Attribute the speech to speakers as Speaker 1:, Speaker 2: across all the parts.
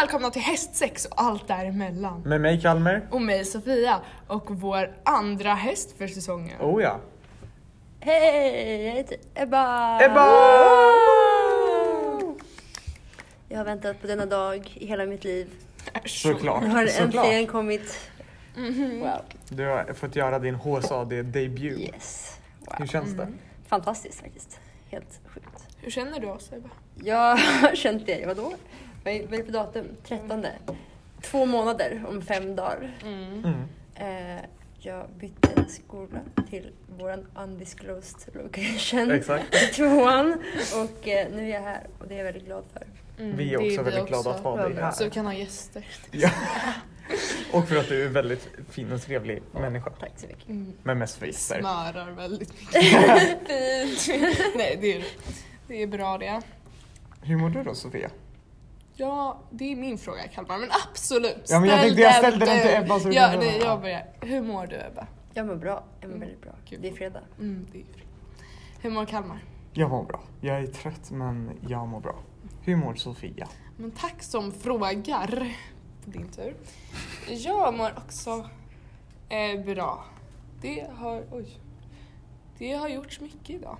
Speaker 1: välkomna till hästsex och allt däremellan.
Speaker 2: Med mig Kalmer.
Speaker 1: Och mig Sofia och vår andra häst för säsongen.
Speaker 2: Oh ja.
Speaker 3: Hej, jag heter Ebba!
Speaker 2: Ebba!
Speaker 3: Jag har väntat på denna dag i hela mitt liv.
Speaker 1: Äsch.
Speaker 2: Såklart.
Speaker 3: Nu har det äntligen
Speaker 2: Såklart.
Speaker 3: kommit.
Speaker 1: Mhm.
Speaker 3: Wow.
Speaker 2: Du har fått göra din HSAD-debut.
Speaker 3: Yes.
Speaker 2: Hur
Speaker 3: Wow.
Speaker 2: känns
Speaker 1: Mm.
Speaker 2: det?
Speaker 3: Fantastiskt faktiskt. Helt sjukt.
Speaker 1: Hur känner du oss Ebba?
Speaker 3: Jag har känt det, vadå? Vad är vad är det för datum? 13. Två månader om fem dagar.
Speaker 2: Mm.
Speaker 3: Eh, jag bytte skola till våran undisclosed location
Speaker 1: Mm.
Speaker 2: Exakt.
Speaker 3: i tvåan. Och eh, nu är jag här och det är jag väldigt glad för.
Speaker 1: Mm,
Speaker 2: Vi är
Speaker 1: det
Speaker 2: också väldigt glada
Speaker 1: också.
Speaker 2: att ha dig
Speaker 3: Ja,
Speaker 2: här.
Speaker 1: Så vi kan ha gäster.
Speaker 2: Ja. Och för att du är en väldigt fin och trevlig människa.
Speaker 3: Tack så mycket.
Speaker 1: Mm.
Speaker 2: Men mest fister.
Speaker 1: Smörar väldigt mycket. Fint. Nej det är, det är bra det.
Speaker 2: Hur mår du då Sofia?
Speaker 1: Ja, det är min fråga Kalmar, men absolut!
Speaker 2: Ja, men jag
Speaker 1: ställ
Speaker 2: tänkte- jag ställde den till
Speaker 1: du.
Speaker 2: Ebba, så du
Speaker 1: ja,
Speaker 2: kan-
Speaker 1: nej, jag börjar. Hur mår du Ebba?
Speaker 3: Jag mår bra. Jag mår
Speaker 1: Mm.
Speaker 3: väldigt bra.
Speaker 1: Kul.
Speaker 3: Det är fredag.
Speaker 1: Mm, det är ju- Hur mår Kalmar?
Speaker 2: Jag mår bra. Jag är trött men jag mår bra. Hur mår Sofia?
Speaker 1: Men tack som frågar. Din tur. Jag mår också eh, bra. Det har, oj. Det har gjorts mycket idag.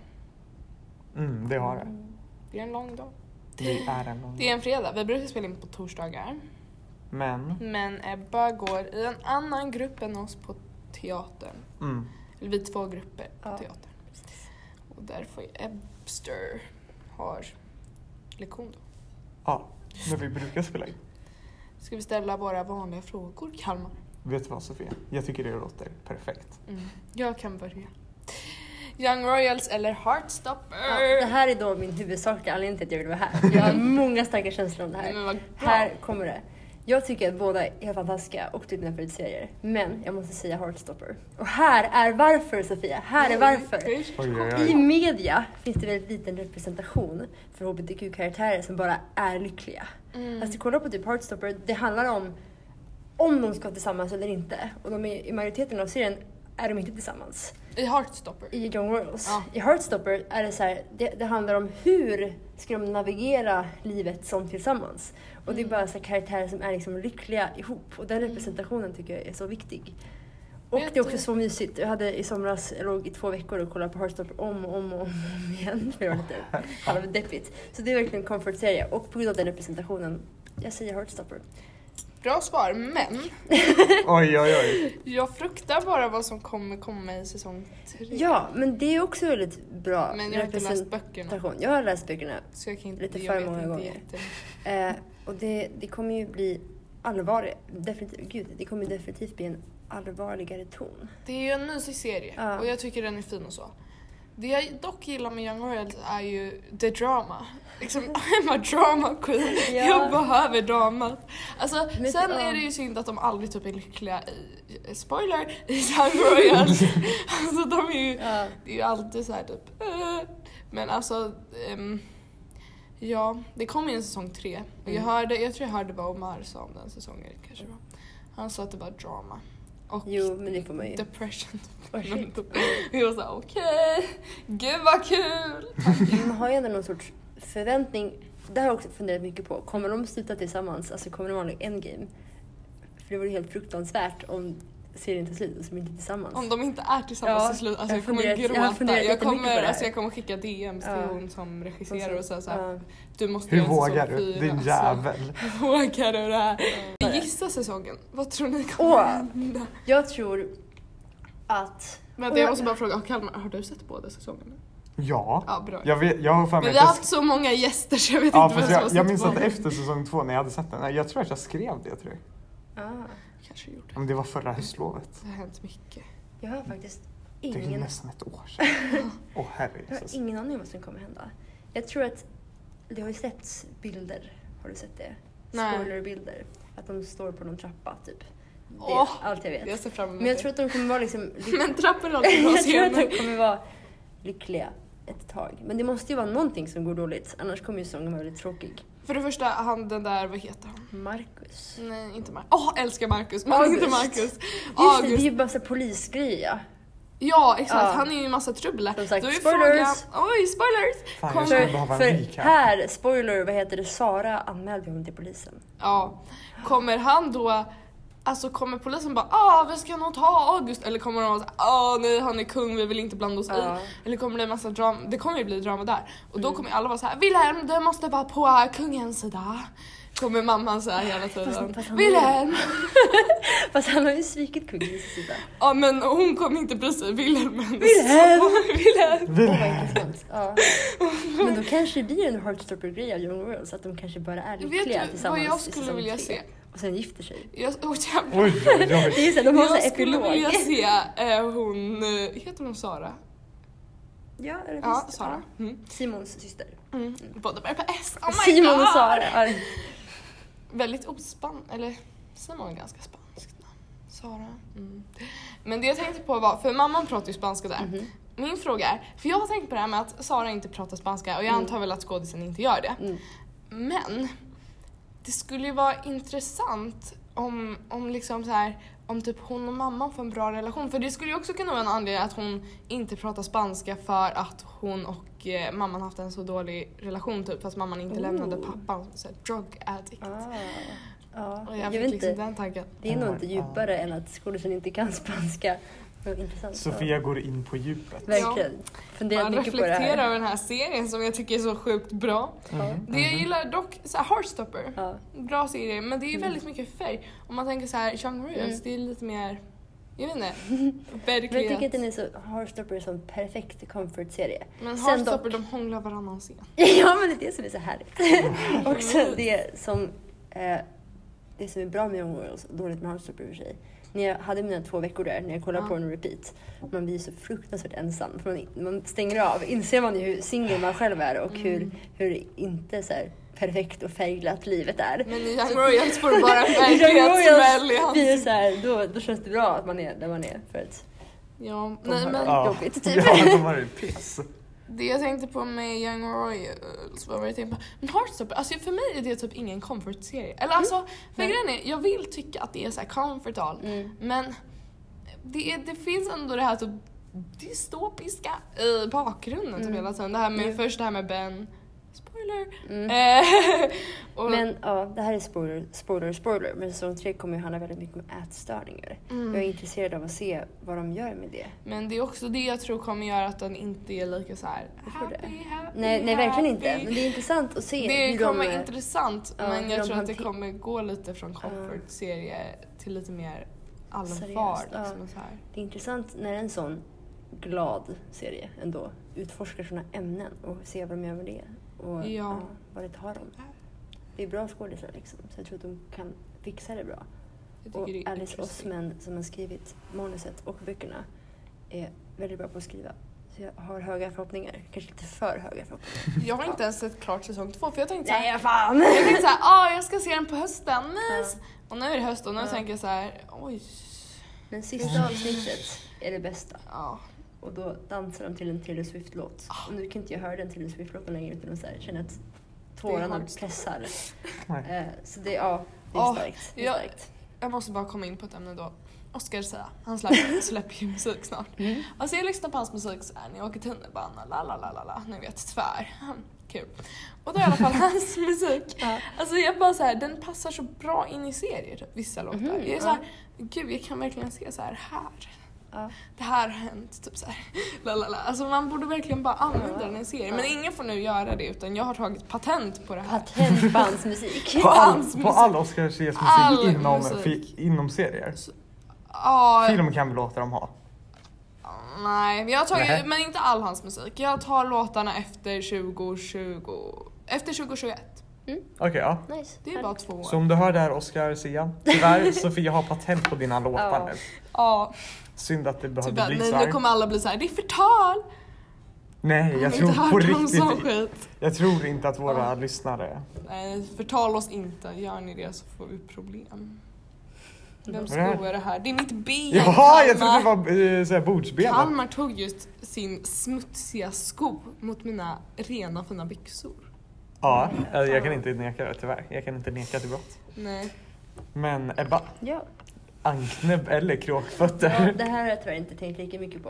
Speaker 2: Mm, det har det.
Speaker 1: Det är en lång dag.
Speaker 2: Det är en lång
Speaker 1: Det är en fredag. Vi brukar spela in på torsdagar.
Speaker 2: Men,
Speaker 1: Men Ebba går i en annan grupp än oss på teatern.
Speaker 2: mm,
Speaker 1: Eller vi är två grupper på
Speaker 3: Ja.
Speaker 1: teatern. Och därför Ebster har lektion då.
Speaker 2: ja. Men vi brukar spela in.
Speaker 1: Ska vi ställa våra vanliga frågor, Kalmar?
Speaker 2: Vet du vad Sofia? Jag tycker det låter perfekt.
Speaker 1: Mm. Jag kan börja. Young Royals eller
Speaker 3: Ja,
Speaker 1: Heartstopper?
Speaker 3: det här är då min huvudsakliga anledning till att jag vill vara här. Jag har många starka känslor om det
Speaker 1: Nej, men
Speaker 3: här.
Speaker 1: vad Mm. bra.
Speaker 3: Här kommer det. Jag tycker att båda är helt fantastiska och typ mina favoritserier. Men jag måste säga Heartstopper. Och här är varför Sofia, här är varför.
Speaker 1: Okej.
Speaker 2: Oj, oj,
Speaker 3: I
Speaker 2: oj.
Speaker 3: media finns det väldigt liten representation för hbtq-karaktärer som bara är lyckliga.
Speaker 1: Mm.
Speaker 3: Alltså kolla på typ Heartstopper, det handlar om om de ska vara tillsammans eller inte. Och de är, i majoriteten av serien är de inte tillsammans.
Speaker 1: I Heartstopper?
Speaker 3: i John Royals.
Speaker 1: Ja.
Speaker 3: I Heartstopper är det så här, det, det handlar om hur ska de navigera livet som tillsammans. Och
Speaker 1: Mm.
Speaker 3: det är bara så här karaktärer som är liksom lyckliga ihop och den representationen tycker jag är så viktig. Och
Speaker 1: Vet
Speaker 3: det är också
Speaker 1: du-
Speaker 3: så mysigt. Jag hade i somras, jag låg i två veckor och kollade på Heartstopper om och om och om igen. För det var lite halvdeppigt. Så det är verkligen en comfort-serie och på grund av den representationen, jag säger Heartstopper.
Speaker 1: Mm. Bra svar, men
Speaker 2: Oj, oj, oj.
Speaker 1: jag fruktar bara vad som kommer komma i säsong tre.
Speaker 3: Ja, men det är också väldigt bra
Speaker 1: Men jag har inte läst böckerna.
Speaker 3: representation. Jag har läst böckerna.
Speaker 1: Så jag kan inte,
Speaker 3: Lite
Speaker 1: jag
Speaker 3: för
Speaker 1: vet
Speaker 3: många
Speaker 1: inte
Speaker 3: gånger.
Speaker 1: jättemycket.
Speaker 3: Eh, och det, det kommer ju bli allvarligt. Definitivt, gud, det kommer definitivt bli en allvarligare ton.
Speaker 1: Det är ju en mysig serie
Speaker 3: Ja.
Speaker 1: och jag tycker den är fin och så. Det jag dock gillar med Young Royals är ju the drama. Liksom, I'm a drama queen.
Speaker 3: Ja.
Speaker 1: Jag behöver dramat. Alltså,
Speaker 3: Men-
Speaker 1: sen
Speaker 3: ja.
Speaker 1: är det ju synd att de aldrig typ är lyckliga i, eh, spoiler, i Young Royals. alltså de är ju,
Speaker 3: Ja.
Speaker 1: det är ju alltid så här typ eh. Men alltså, ehm, ja, det kommer ju en säsong tre. Och jag,
Speaker 3: Mm.
Speaker 1: hörde, jag tror jag hörde vad Omar sa om den säsongen kanske det var. Han sa att det var drama. Och
Speaker 3: Jo, men det får man ju.
Speaker 1: depression.
Speaker 3: Oj, shit.
Speaker 1: Vi var såhär okej, gud vad kul!
Speaker 3: Man har ju ändå någon sorts förväntning. Det har jag också funderat mycket på. Kommer de sluta tillsammans? Alltså kommer de ha en game? För det vore helt fruktansvärt om serien tar slut och så är de inte tillsammans.
Speaker 1: Om de inte är tillsammans
Speaker 3: Ja,
Speaker 1: till slut, alltså
Speaker 3: jag
Speaker 1: jag, kommer
Speaker 3: funderar- jag har
Speaker 1: gråta.
Speaker 3: funderat
Speaker 1: Jag,
Speaker 3: jättemycket på det
Speaker 1: kommer,
Speaker 3: här.
Speaker 1: alltså jag kommer skicka DMs till
Speaker 3: Ja.
Speaker 1: hon som
Speaker 3: Och så-
Speaker 1: regisserar och säga såhär,
Speaker 3: ja.
Speaker 1: du måste
Speaker 2: Hur
Speaker 1: göra en säsong
Speaker 2: vågar du?
Speaker 1: fyra,
Speaker 2: Din
Speaker 1: alltså.
Speaker 2: jävel.
Speaker 1: Hur vågar du det här? Gissa säsongen, vad tror ni kommer
Speaker 3: Åh.
Speaker 1: hända?
Speaker 3: Jag tror att...
Speaker 1: Vänta jag måste bara fråga, har Kalmar, har du sett båda säsongerna?
Speaker 2: Ja.
Speaker 1: Ja bra.
Speaker 2: Jag, vet, jag har för
Speaker 1: Men
Speaker 2: mig
Speaker 1: vi har
Speaker 2: att
Speaker 1: haft så många gäster så jag vet
Speaker 2: Ja,
Speaker 1: inte vem
Speaker 2: fast
Speaker 1: som har
Speaker 2: jag,
Speaker 1: sett
Speaker 2: jag minns att
Speaker 1: båda.
Speaker 2: efter säsong två när jag hade sett den, nej, jag tror att jag skrev det tror jag.
Speaker 3: Ah,
Speaker 1: Kanske gjorde.
Speaker 2: Men det var förra höstlovet.
Speaker 1: Det har hänt mycket.
Speaker 3: jag har faktiskt
Speaker 2: Det är ju
Speaker 3: ingen
Speaker 2: nästan ett år sedan. Åh
Speaker 3: Jag har
Speaker 2: herrejösses.
Speaker 3: ingen aning om vad som kommer hända. Jag tror att det har ju sett bilder. Har du sett det?
Speaker 1: Nej.
Speaker 3: Spoilerbilder. Att de står på någon trappa typ. Det är
Speaker 1: Åh,
Speaker 3: allt jag vet.
Speaker 1: Jag ser fram emot
Speaker 3: Men jag
Speaker 1: det.
Speaker 3: tror att de kommer vara liksom... lyck-
Speaker 1: Men trappor är alltid bra
Speaker 3: jag tror att
Speaker 1: scener.
Speaker 3: de kommer vara lyckliga ett tag. Men det måste ju vara någonting som går dåligt. Annars kommer ju sången vara väldigt tråkig.
Speaker 1: För det första, han den där, vad heter han?
Speaker 3: Marcus. Just
Speaker 1: Nej, inte Marcus. Åh, älskar Marcus! Men inte
Speaker 3: August.
Speaker 1: Marcus.
Speaker 3: det, det är
Speaker 1: August.
Speaker 3: ju bara så här polisgrejer ja.
Speaker 1: Ja exakt,
Speaker 3: Ja.
Speaker 1: han är ju i massa trubbel där.
Speaker 3: Som sagt,
Speaker 1: Då är
Speaker 3: spoilers.
Speaker 1: Frågan, oj spoilers!
Speaker 2: Fan, jag
Speaker 1: Kommer-
Speaker 2: skulle behöva en
Speaker 3: För
Speaker 2: recap.
Speaker 3: här, spoiler, vad heter det, Sara anmälde honom till polisen.
Speaker 1: Ja. Kommer han då, alltså kommer polisen bara ah vi ska nog ta August eller kommer de vara såhär ah nej han är kung vi vill inte blanda oss
Speaker 3: Ja. Mm.
Speaker 1: i. Eller kommer det bli massa drama, det kommer ju bli drama där. Och då kommer alla vara såhär Wilhelm du måste vara på eh, kungens sida. Kommer mamman såhär hela tiden.
Speaker 3: Fast- fast han-
Speaker 1: Wilhelm!
Speaker 3: Fast han har ju svikit kungens sida.
Speaker 1: Ja men hon kommer inte bry sig, Wilhelm.
Speaker 3: Wilhelm!
Speaker 1: Wilhelm!
Speaker 3: Åh,
Speaker 2: Vill-
Speaker 3: vad intressant. Ja. Men då kanske det blir en heartstopper-grej av Young Girls, att de kanske bara är lyckliga
Speaker 1: Vet du
Speaker 3: tillsammans
Speaker 1: vad jag
Speaker 3: i
Speaker 1: skulle
Speaker 3: säsong
Speaker 1: vilja
Speaker 3: tre.
Speaker 1: se?
Speaker 3: Och sen gifter sig.
Speaker 1: Jag, oh, jävlar.
Speaker 2: Oj, oj, oj.
Speaker 3: Det är ju så här, de har en sån
Speaker 1: Jag
Speaker 3: här
Speaker 1: skulle
Speaker 3: epilog.
Speaker 1: vilja se eh, hon, eh, heter hon Sara?
Speaker 3: Ja, är det
Speaker 1: Ja,
Speaker 3: visst?
Speaker 1: Sara. Mm.
Speaker 3: Ja. Simons syster.
Speaker 1: Mm. Båda börjar på S, oh my
Speaker 3: Simon
Speaker 1: god!
Speaker 3: och Sara. Ja.
Speaker 1: Väldigt ospann, eller Simon är ganska spanskt namn. Sara. Mm. Men det jag tänkte på var, för mamman pratar ju spanska där.
Speaker 3: Mhm.
Speaker 1: Min fråga är, för jag har tänkt på det här med att Sara inte pratar spanska och jag
Speaker 3: Mm.
Speaker 1: antar väl att skådisen inte gör det.
Speaker 3: Mm.
Speaker 1: Men det skulle ju vara intressant om, om liksom så här om typ hon och mamman får en bra relation. För det skulle ju också kunna vara en anledning att hon inte pratar spanska för att hon och eh, mamman haft en så dålig relation typ fast mamman inte
Speaker 3: Ooh.
Speaker 1: lämnade pappan som är drug addict.
Speaker 3: Ah. Ja,
Speaker 1: Och
Speaker 3: jag
Speaker 1: jag
Speaker 3: vet
Speaker 1: fick liksom
Speaker 3: inte.
Speaker 1: den tanken.
Speaker 3: Det är nog
Speaker 2: Oh
Speaker 3: inte
Speaker 2: my God.
Speaker 3: djupare än att skådisen inte kan spanska. Men intressant.
Speaker 2: Sofia går in på djupet.
Speaker 3: Verkligen. Funderat
Speaker 1: Man
Speaker 3: mycket på det
Speaker 1: reflekterar
Speaker 3: här.
Speaker 1: över den här serien som jag tycker är så sjukt bra.
Speaker 2: Mhm,
Speaker 1: Det
Speaker 3: Mm.
Speaker 1: jag
Speaker 2: mhm.
Speaker 1: gillar dock, så här, Heartstopper,
Speaker 3: Ja.
Speaker 1: bra serie men det är ju
Speaker 3: Mm.
Speaker 1: väldigt mycket färg. Om man tänker så här, Young Royals,
Speaker 3: Mm.
Speaker 1: det är lite mer, jag vet inte,
Speaker 3: Men jag tycker
Speaker 1: verklighet.
Speaker 3: att den är så, Heartstopper är som perfekt comfort-serie.
Speaker 1: Men
Speaker 3: Sen
Speaker 1: Heartstopper
Speaker 3: dock-
Speaker 1: de hånglar varannan scen.
Speaker 3: Ja men det är det som är så härligt. Också det som, eh, det som är bra med Young Royals och dåligt med Heartstopper i och för sig. När jag hade mina två veckor där, när jag kollade
Speaker 1: Ja.
Speaker 3: på en repeat, man blir ju så fruktansvärt ensam. För man, man stänger av, inser man ju hur singel man själv är och
Speaker 1: Mm.
Speaker 3: hur, hur inte så här perfekt och färgglatt livet är.
Speaker 1: Men i Young Royals får du bara en
Speaker 3: Young
Speaker 1: verklighetssmäll i
Speaker 3: Royals blir
Speaker 1: hans...
Speaker 3: så här, då, då känns det bra att man är där man är. För att
Speaker 1: Ja,
Speaker 3: de
Speaker 1: nej
Speaker 3: har
Speaker 1: men
Speaker 2: Ja,
Speaker 3: jobbigt, typ.
Speaker 2: Ja, de har ju piss.
Speaker 1: det jag tänkte på med Young Royals, vad var det jag tänkte på? Men Heartstopper, alltså för mig är det typ ingen comfort-serie. Eller alltså, för
Speaker 3: Mm. Nej.
Speaker 1: grejen är, jag vill tycka att det är så här comfortal.
Speaker 3: Mm.
Speaker 1: Men det, är, det finns ändå det här typ dystopiska i bakgrunden typ
Speaker 3: Mm.
Speaker 1: hela tiden. Det här med,
Speaker 3: Jo.
Speaker 1: Först det här med Ben, spoiler.
Speaker 3: Mm.
Speaker 1: Eh, och,
Speaker 3: Men ja, det här är spoiler, spoiler, spoiler. Men säsong tre kommer ju handla väldigt mycket om ätstörningar.
Speaker 1: Mm.
Speaker 3: Jag är intresserad av att se vad de gör med det.
Speaker 1: men det är också det jag tror kommer göra att den inte är lika så här
Speaker 3: Jag tror det.
Speaker 1: happy, happy,
Speaker 3: Nej, nej verkligen inte.
Speaker 1: happy.
Speaker 3: Men det är intressant att se
Speaker 1: Det
Speaker 3: hur
Speaker 1: kommer
Speaker 3: de...
Speaker 1: intressant
Speaker 3: ja,
Speaker 1: men
Speaker 3: hur
Speaker 1: jag
Speaker 3: de
Speaker 1: tror att det
Speaker 3: hanter-
Speaker 1: kommer gå lite från comfort-serie till lite mer allvar.
Speaker 3: Seriöst, ja.
Speaker 1: Liksom, och så här.
Speaker 3: Det är intressant när en sån glad serie ändå utforskar såna ämnen och ser vad de gör med det. Och
Speaker 1: Ja.
Speaker 3: ja. vad det tar dem. Det är bra skådisar liksom. Så jag tror att de kan fixa det bra.
Speaker 1: Jag
Speaker 3: Och
Speaker 1: tycker det är
Speaker 3: Alice
Speaker 1: intressant.
Speaker 3: Osman som har skrivit manuset och böckerna är väldigt bra på att skriva. Så jag har höga förhoppningar. Kanske lite för höga förhoppningar.
Speaker 1: Jag har inte ens sett klart säsong två för jag tänkte såhär,
Speaker 3: Nej, fan!
Speaker 1: jag tänkte såhär, ah jag ska se den på hösten, mys!
Speaker 3: Ja.
Speaker 1: Och nu är det höst och nu
Speaker 3: Ja.
Speaker 1: tänker jag såhär, oj,
Speaker 3: Men sista avsnittet är det bästa.
Speaker 1: ja.
Speaker 3: Och då dansar de till en Taylor Swift-låt.
Speaker 1: Ah.
Speaker 3: Och nu kan inte jag höra den Taylor Swift-låten längre utan att så här, känna att
Speaker 1: Det är Ah,
Speaker 3: tårarna
Speaker 1: hard.
Speaker 3: pressar.
Speaker 2: Nej.
Speaker 3: Eh, Så det, ja, det är
Speaker 1: Åh,
Speaker 3: starkt. Det är
Speaker 1: jag-
Speaker 3: starkt.
Speaker 1: Jag måste bara komma in på ett ämne då. Oscar Sia, han släpper, släpper ju musik snart.
Speaker 3: Mm.
Speaker 1: Alltså jag lyssnar på hans musik såhär när jag åker tunnelbana, la la la la la, ni vet tvär. Kul. Och då i alla fall hans musik.
Speaker 3: Ja.
Speaker 1: Alltså jag bara såhär, den passar så bra in i serier, typ, vissa låtar.
Speaker 3: Mhm,
Speaker 1: jag Mm. är
Speaker 3: ja.
Speaker 1: såhär, gud jag kan verkligen se så här, här.
Speaker 3: Ja.
Speaker 1: Det här har hänt, typ såhär. La, la, la. Alltså man borde verkligen bara använda
Speaker 3: Ja.
Speaker 1: den i en serie.
Speaker 3: Ja.
Speaker 1: Men ingen får nu göra det utan jag har tagit patent på det här.
Speaker 3: Patent på hans musik.
Speaker 2: På all,
Speaker 1: Hans
Speaker 2: på
Speaker 1: musik.
Speaker 2: all Oscar Cies musik
Speaker 1: All
Speaker 2: inom,
Speaker 1: musik.
Speaker 2: fi, inom serier.
Speaker 1: Ja,
Speaker 2: Film kan vi låta dem ha.
Speaker 1: Nej, men jag har tagit,
Speaker 2: Nej.
Speaker 1: men inte all hans musik. Jag tar låtarna efter 2020, efter 2021.
Speaker 2: Okej, ja.
Speaker 3: Nice.
Speaker 1: Det är bara två år.
Speaker 2: Så om du hör det här Oscar Sia, tyvärr Sofia har patent på dina låtar
Speaker 3: Ja.
Speaker 2: nu.
Speaker 1: Ja,
Speaker 2: Synd att det behövde
Speaker 1: typ
Speaker 2: bli
Speaker 1: nej,
Speaker 2: så här.
Speaker 1: nu kommer alla bli så här. det är förtal!
Speaker 2: Nej, jag
Speaker 1: har inte
Speaker 2: tror på
Speaker 1: hört någon sån
Speaker 2: riktigt.
Speaker 1: skit.
Speaker 2: Jag tror inte att våra
Speaker 1: Ja.
Speaker 2: lyssnare...
Speaker 1: Nej, förtal oss inte. Gör ni det så får vi problem. Vem sko
Speaker 2: Vad är det här?
Speaker 1: är det här? Det är mitt ben!
Speaker 2: Jaha, jag
Speaker 1: Kalmar.
Speaker 2: trodde det var eh, så här, bordsbenet.
Speaker 1: Kalmar tog just sin smutsiga sko mot mina rena fina byxor.
Speaker 2: Ja, eh, jag kan inte neka det tyvärr. Jag kan inte neka till brott.
Speaker 1: Nej.
Speaker 2: Men Ebba,
Speaker 3: Ja.
Speaker 2: anknäbb eller
Speaker 3: Ja,
Speaker 2: kråkfötter.
Speaker 3: det här har jag tyvärr inte tänkt lika mycket på.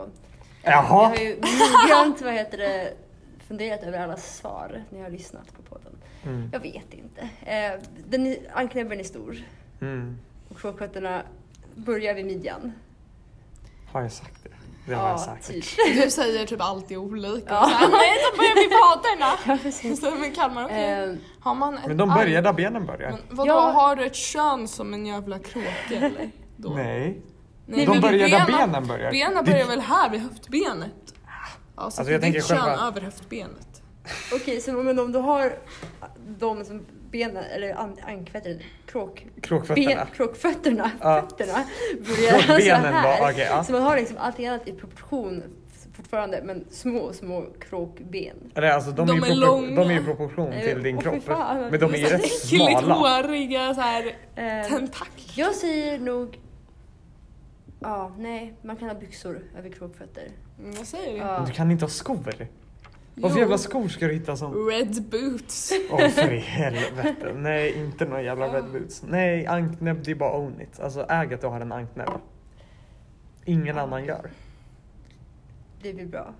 Speaker 3: Jag
Speaker 2: Jaha.
Speaker 3: har ju noggrant vad heter det, funderat över alla svar när jag har lyssnat på podden.
Speaker 2: Mm.
Speaker 3: Jag vet inte. Eh, den är- Anknäbben är stor
Speaker 2: Mm.
Speaker 3: och kråkfötterna börjar vid midjan.
Speaker 2: Har jag sagt det? Det har jag sagt.
Speaker 3: typ.
Speaker 1: Du säger typ alltid olika.
Speaker 3: Ja.
Speaker 1: Ja. Så här, Nej, de börjar vid vaderna.
Speaker 3: Ja, precis.
Speaker 1: Så, men Kalmar, okej.
Speaker 3: Eh,
Speaker 1: Har man ett
Speaker 2: Men de
Speaker 1: arm-
Speaker 2: börjar där benen börjar.
Speaker 1: Men vadå,
Speaker 3: Ja.
Speaker 1: har du ett kön som en jävla kråka eller? Då?
Speaker 2: Nej.
Speaker 1: Nej,
Speaker 2: De
Speaker 1: men
Speaker 2: börjar där
Speaker 1: benen-
Speaker 2: benen börjar.
Speaker 1: Benen
Speaker 2: Det-
Speaker 1: börjar väl här vid höftbenet? Ja, så
Speaker 2: Alltså,
Speaker 1: alltså,
Speaker 2: jag
Speaker 1: jag
Speaker 2: tänker
Speaker 1: ditt kön
Speaker 2: själva-
Speaker 1: över höftbenet.
Speaker 3: Okej, så men om du har de som benen, eller an, ankfötterna, kråk,
Speaker 2: Kråkfötterna.
Speaker 3: Ben, kråkfötterna,
Speaker 2: Ja.
Speaker 3: fötterna börjar alltså
Speaker 2: Kråkbenen
Speaker 3: här.
Speaker 2: då, okej, ja.
Speaker 3: Så man har liksom allting annat i proportion fortfarande, men små, små kråkben.
Speaker 2: Eller alltså de,
Speaker 1: De
Speaker 2: är,
Speaker 1: är
Speaker 2: ju propor-
Speaker 1: långa.
Speaker 2: de är i proportion till din
Speaker 3: Åh, fy
Speaker 2: kropp.
Speaker 3: fan, vad
Speaker 2: Men de är ju
Speaker 3: mysigt.
Speaker 2: rätt
Speaker 1: Äckligt
Speaker 2: smala.
Speaker 1: håriga såhär
Speaker 3: Eh,
Speaker 1: tentakler.
Speaker 3: jag säger nog... Ja, nej, man kan ha byxor över kråkfötter.
Speaker 1: Mm, Jag säger det.
Speaker 3: Ja.
Speaker 2: Du kan inte ha skor. Vad för
Speaker 1: Jo.
Speaker 2: jävla skor ska du hitta som...
Speaker 1: Red boots.
Speaker 2: Åh för i helvete. Nej, inte några jävla red boots. Nej, anknäbb det är bara own it. Alltså äg att du har en anknäbb. Ingen annan gör.
Speaker 3: Det blir bra.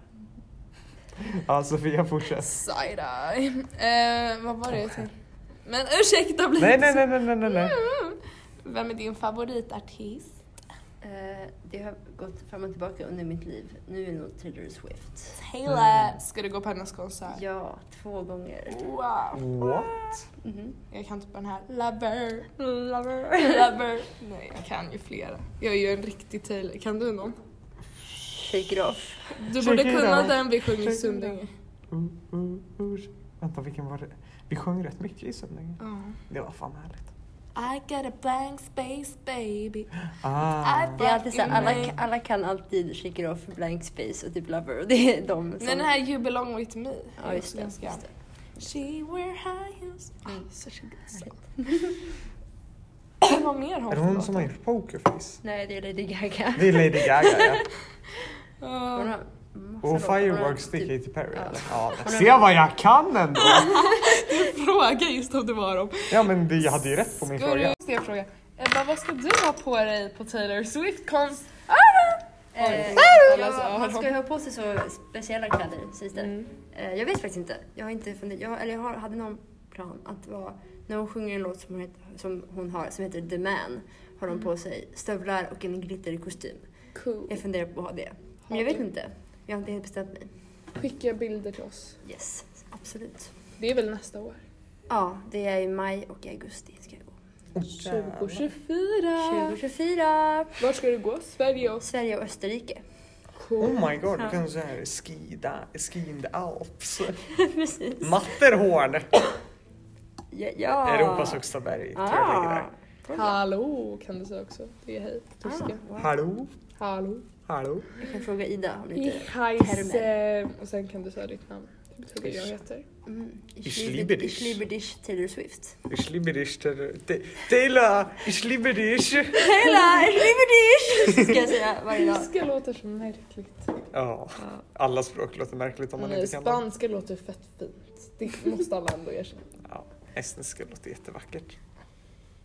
Speaker 2: Ja Sofia fortsätt.
Speaker 1: Side-eye. Eh, vad var det jag tänkte? Men ursäkta, bli
Speaker 2: Nej,
Speaker 1: inte
Speaker 2: nej,
Speaker 1: så-
Speaker 2: nej, nej, nej, nej, nej.
Speaker 1: Mm. Vem är din favoritartist?
Speaker 3: Eh, det har gått fram och tillbaka under mitt liv. Nu är det nog Taylor Swift.
Speaker 1: Taylor.
Speaker 2: Mm.
Speaker 1: Ska du gå på hennes konsert?
Speaker 3: Ja, två gånger.
Speaker 1: Wow.
Speaker 2: What?
Speaker 3: Mhm.
Speaker 1: Jag kan typ den här Lover, lover, lover. Nej, jag kan ju flera. Jag är ju en riktig Taylor. Kan du någon?
Speaker 3: Shake it off.
Speaker 1: Du
Speaker 2: Shake
Speaker 1: borde
Speaker 2: it
Speaker 1: kunna
Speaker 2: off.
Speaker 1: den vi
Speaker 2: Shake
Speaker 1: sjunger i
Speaker 2: it
Speaker 1: Sundinge.
Speaker 2: Uh, uh, uh. Vänta, vilken var det? Vi sjöng rätt mycket i Sundinge.
Speaker 1: Ja.
Speaker 2: Det var fan härligt.
Speaker 1: I got a blank space baby.
Speaker 2: Ah.
Speaker 1: I-
Speaker 3: Det är alltid så här, alla,
Speaker 1: Mm.
Speaker 3: alla kan alltid shake it off, blank space och typ lover. Och det är de som...
Speaker 1: Nej, den här You belong with me.
Speaker 3: Ja, just det. Just det.
Speaker 1: She wear high heels.
Speaker 3: Mm.
Speaker 1: Ah, så Vad var mer
Speaker 2: Är det hon som har gjort Pokerface?
Speaker 3: Nej, det är Lady Gaga.
Speaker 2: Det är Lady Gaga ja.
Speaker 3: Hon
Speaker 1: har...
Speaker 3: har massa
Speaker 2: Och
Speaker 3: låtar. Hon
Speaker 2: Oh,
Speaker 3: har
Speaker 2: Fireworks till
Speaker 3: typ-
Speaker 2: Katy Perry
Speaker 3: ja.
Speaker 2: eller? Ja,
Speaker 3: Hon har-
Speaker 2: se vad jag kan ändå!
Speaker 1: Eh, Fråga just om det var dem.
Speaker 2: Ja men det, jag hade ju rätt på min fråga.
Speaker 1: Skulle jag fråga. Ebba, vad ska du ha på dig på Taylor Swift konst?
Speaker 3: Eh,
Speaker 1: Oj.
Speaker 3: ja, man ska ju ha på sig så speciella kläder, sägs det. Eh, jag vet faktiskt inte. Jag har inte funnit, jag, eller jag har, hade någon plan att vara, när hon sjunger en låt som hon, heter, som hon har som heter The Man, har hon på sig stövlar och en glitterkostym.
Speaker 1: Cool.
Speaker 3: Jag funderar på att ha det.
Speaker 1: Har
Speaker 3: Men jag vet
Speaker 1: du?
Speaker 3: inte. Jag har inte helt bestämt mig.
Speaker 1: Skicka bilder till oss.
Speaker 3: Yes, absolut.
Speaker 1: Det är väl nästa år?
Speaker 3: Ja, det är i maj och i augusti ska jag gå.
Speaker 2: Oj, jävlar.
Speaker 1: 2024.
Speaker 3: 2024!
Speaker 1: Vart ska du gå? Sverige och...
Speaker 3: Sverige och Österrike.
Speaker 1: Cool.
Speaker 2: Oh my god, du kan säga skida, ski in the Alps.
Speaker 3: Precis.
Speaker 2: Matterhorn!
Speaker 3: Ja, ja.
Speaker 2: Europas högsta berg tror jag ligger
Speaker 3: Ah.
Speaker 2: där.
Speaker 1: Hallå kan du säga också. Det är hej. på Tyska.
Speaker 3: wow.
Speaker 2: Hallå?
Speaker 1: Hallå.
Speaker 2: Hallå?
Speaker 3: Jag kan fråga Ida om
Speaker 1: I
Speaker 3: lite...
Speaker 1: Heise. Och sen kan du säga ditt namn. Det betyder jag heter.
Speaker 3: Mm. Ich
Speaker 2: Ich
Speaker 3: liebe-
Speaker 2: liebe dich.
Speaker 3: Ich liebe dich, Taylor Swift.
Speaker 2: Ich liebe dich. Taylor. Ta- Taylor, ich liebe dich.
Speaker 3: Taylor, ich liebe dich! Ska jag säga varje dag.
Speaker 1: Tyska låter så märkligt.
Speaker 2: Ja, alla språk låter märkligt om man
Speaker 1: Nej,
Speaker 2: inte kan dem.
Speaker 1: spanska låter fett fint. Det måste alla ändå erkänna.
Speaker 2: Ja, estniska låter jättevackert.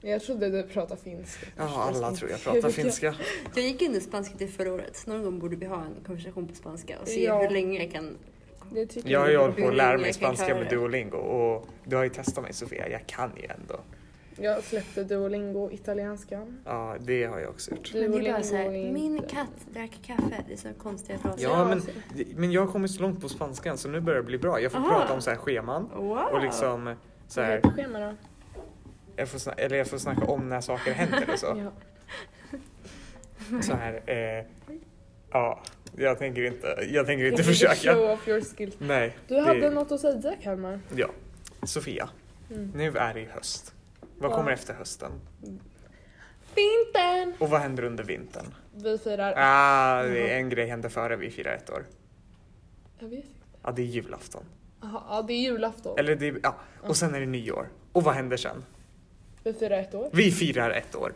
Speaker 1: Jag trodde du pratade finska.
Speaker 2: Ja, alla tror jag pratar finska.
Speaker 3: Jag gick under spanska till förra året. Någon gång borde vi ha en konversation på spanska och se
Speaker 1: Ja.
Speaker 3: hur länge jag kan...
Speaker 1: Det tycker
Speaker 2: Jag har ju
Speaker 1: jag.
Speaker 2: hållit på att lära mig spanska med Duolingo och du har ju testat mig Sofia, jag kan ju ändå.
Speaker 1: Jag släppte Duolingo italienskan.
Speaker 2: Ja, det har jag också gjort.
Speaker 3: Men det är bara så här,
Speaker 1: Duolingo är
Speaker 3: min
Speaker 1: inte-
Speaker 3: katt drack kaffe. Det är så konstiga fraser.
Speaker 2: Ja, men, men jag har kommit så långt på spanskan så nu börjar det bli bra. Jag får
Speaker 3: Aha.
Speaker 2: prata om så här scheman
Speaker 3: Wow!
Speaker 2: och liksom så
Speaker 1: Vad
Speaker 2: här,
Speaker 1: heter schema då?
Speaker 2: jag får, sna- eller jag får snacka om när saker händer och så.
Speaker 1: Ja.
Speaker 2: så här, eh, ja, jag tänker inte, jag tänker inte
Speaker 1: Jag försöker
Speaker 2: försöka.
Speaker 1: Show off your skills.
Speaker 2: Nej,
Speaker 1: Du
Speaker 2: det-
Speaker 1: hade något att säga Kalmar.
Speaker 2: ja. Sofia,
Speaker 1: Mm.
Speaker 2: nu är det ju höst. Vad
Speaker 1: Ja.
Speaker 2: kommer efter hösten?
Speaker 1: Vintern!
Speaker 2: Och vad händer under vintern?
Speaker 1: Vi firar...
Speaker 2: Ah, det är en grej händer före vi firar ett år.
Speaker 1: Jag vet inte.
Speaker 2: Ja, det är julafton.
Speaker 1: Jaha, ja, det är julafton.
Speaker 2: Eller det, ja. Och sen är det nyår. Och vad händer sen?
Speaker 1: Vi firar ett år.
Speaker 2: Vi firar ett år.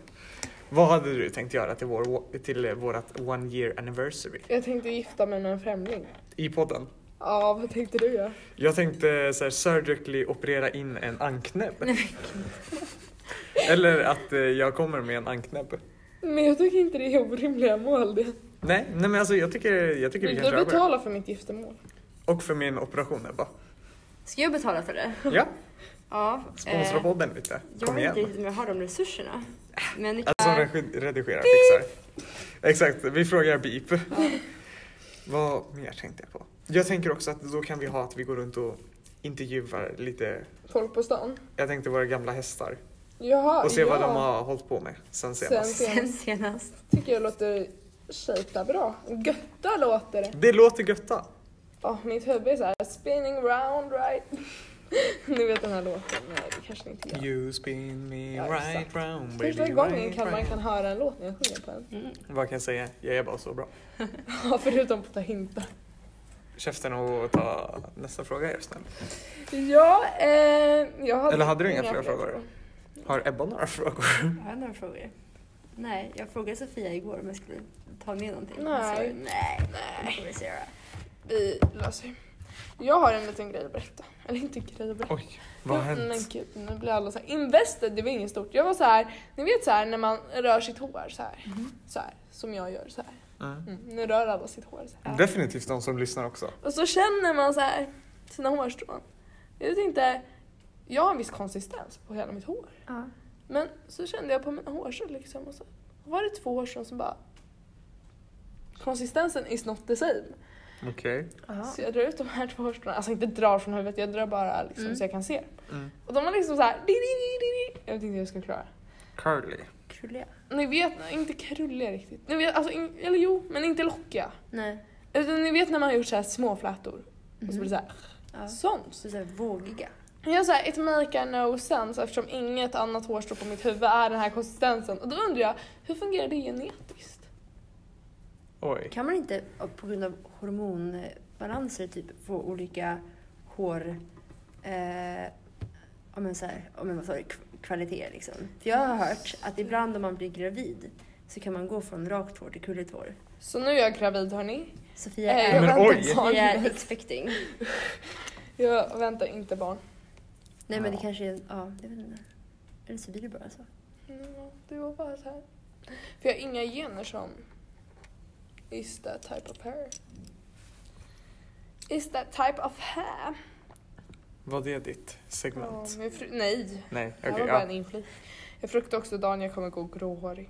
Speaker 2: Vad hade du tänkt göra till, vår, till eh, vårat one year anniversary
Speaker 1: Jag tänkte gifta mig med en främling.
Speaker 2: i podden?
Speaker 1: Ja, vad tänkte du göra?
Speaker 2: Jag tänkte så här, surgically operera in en anknäbb. Eller att eh, jag kommer med en anknäbb.
Speaker 4: Men jag tycker inte det är orimliga mål det.
Speaker 2: Nej, nej men alltså jag tycker, jag tycker vi
Speaker 4: Vi
Speaker 2: kan köra på det.
Speaker 4: betalar för mitt giftermål.
Speaker 2: Och för min operation Ebba.
Speaker 3: Ska jag betala för det?
Speaker 2: Ja,
Speaker 3: Ja.
Speaker 2: sponsra podden lite.
Speaker 3: Eh, Jag
Speaker 2: Kom
Speaker 3: vet inte
Speaker 2: igen.
Speaker 3: riktigt om jag har de resurserna. Men ni
Speaker 2: Alltså
Speaker 3: kan...
Speaker 2: regi- redigera, fixar. Exakt, vi frågar beep. Vad mer tänkte jag på? Jag tänker också att då kan vi ha att vi går runt och intervjuar lite,
Speaker 4: Folk på stan.
Speaker 2: jag tänkte våra gamla hästar.
Speaker 4: Jaha,
Speaker 2: Och se
Speaker 4: ja.
Speaker 2: vad de har hållit på med sen senast.
Speaker 4: Sen-
Speaker 3: Sen senast.
Speaker 4: Tycker jag låter shejta bra. Götta låter det.
Speaker 2: Det låter götta.
Speaker 4: Ja, mitt huvud är såhär spinning round right. Ni vet den här låten. Nej, det kanske ni inte gör.
Speaker 2: You spin me
Speaker 4: Ja, exakt.
Speaker 2: right round baby
Speaker 4: Första gången
Speaker 2: right
Speaker 4: kan man
Speaker 2: round.
Speaker 4: kan höra en låt när jag sjunger på den.
Speaker 3: Mm.
Speaker 2: Vad kan jag säga? Jag är bara så bra.
Speaker 4: Ja, förutom på att ta hintar.
Speaker 2: Käften och ta nästa fråga är du snäll.
Speaker 4: Ja, eh, jag hade
Speaker 2: Eller hade du inga fler frågor? Har Ebba några frågor?
Speaker 3: Har jag några frågor? Nej, jag frågade Sofia igår om jag skulle ta med någonting. Hon
Speaker 4: Nej.
Speaker 3: sa, nej, det får
Speaker 4: Nej,
Speaker 3: vi se då."
Speaker 4: vi löser det. Jag har en liten grej att berätta. Eller inte grej att berätta.
Speaker 2: Oj, vad har
Speaker 4: Jo, Men
Speaker 2: hänt?
Speaker 4: gud, nu blir alla så här. Invested, det var inget stort. Jag var så här, ni vet så här när man rör sitt hår så här.
Speaker 2: Mm-hmm.
Speaker 4: Så här, som jag gör så här.
Speaker 2: Mm.
Speaker 4: Mm, nu rör alla sitt hår så här.
Speaker 2: Definitivt de som lyssnar också.
Speaker 4: Och så känner man så här sina hårstrån. Jag vet inte, jag har en viss konsistens på hela mitt hår.
Speaker 3: Ja.
Speaker 4: Men så kände jag på mina hårstrån liksom och så var det två hårstrån som bara Konsistensen is not the same.
Speaker 2: Okej.
Speaker 3: Aha.
Speaker 4: Så jag drar ut de här två hårstråna, alltså inte drar från huvudet, jag drar bara liksom
Speaker 3: Mm.
Speaker 4: så jag kan se.
Speaker 2: Mm.
Speaker 4: Och de var liksom så här. di, di, di, di, di. Jag vet inte hur jag ska klara.
Speaker 2: Curly.
Speaker 3: Krulliga?
Speaker 4: Ni vet, inte krulliga riktigt. Ni vet, alltså, in, eller jo, men inte lockiga.
Speaker 3: Nej.
Speaker 4: Utan ni vet när man har gjort så här små flätor
Speaker 3: Mm-hmm.
Speaker 4: och så blir det så här,
Speaker 3: Mm. Ja.
Speaker 4: sånt.
Speaker 3: Så såhär vågiga.
Speaker 4: Jag är såhär, it make no sense eftersom inget annat hårstrå på mitt huvud är den här konsistensen. Och då undrar jag, hur fungerar det genetiskt?
Speaker 2: Oj.
Speaker 3: Kan man inte på grund av hormonbalanser typ få olika hår... Eh, ja, men så här, ja, men vad sa du, K- kvaliteter liksom? För jag har hört att ibland om man blir gravid så kan man gå från rakt hår till kulligt hår.
Speaker 4: Så nu är jag gravid hörni.
Speaker 3: Sofia
Speaker 4: Eh,
Speaker 3: är,
Speaker 4: jag
Speaker 2: Men
Speaker 4: väntar
Speaker 2: oj.
Speaker 4: barn.
Speaker 3: Sofia är expecting.
Speaker 4: Jag väntar inte barn.
Speaker 3: Nej men det
Speaker 2: Ja.
Speaker 3: kanske är... Ja, jag vet inte. Eller så blir det bara alltså? så.
Speaker 4: Ja, Mm, det var bara så här. För jag har inga gener som is that type of hair. Is that type of hair?
Speaker 2: Var det ditt
Speaker 4: Ja,
Speaker 2: segment?
Speaker 4: min fru- nej,
Speaker 2: Nej,
Speaker 4: det
Speaker 2: okej.
Speaker 4: här var bara
Speaker 2: ja.
Speaker 4: en inflik. Jag fruktar också dagen jag kommer gå gråhårig.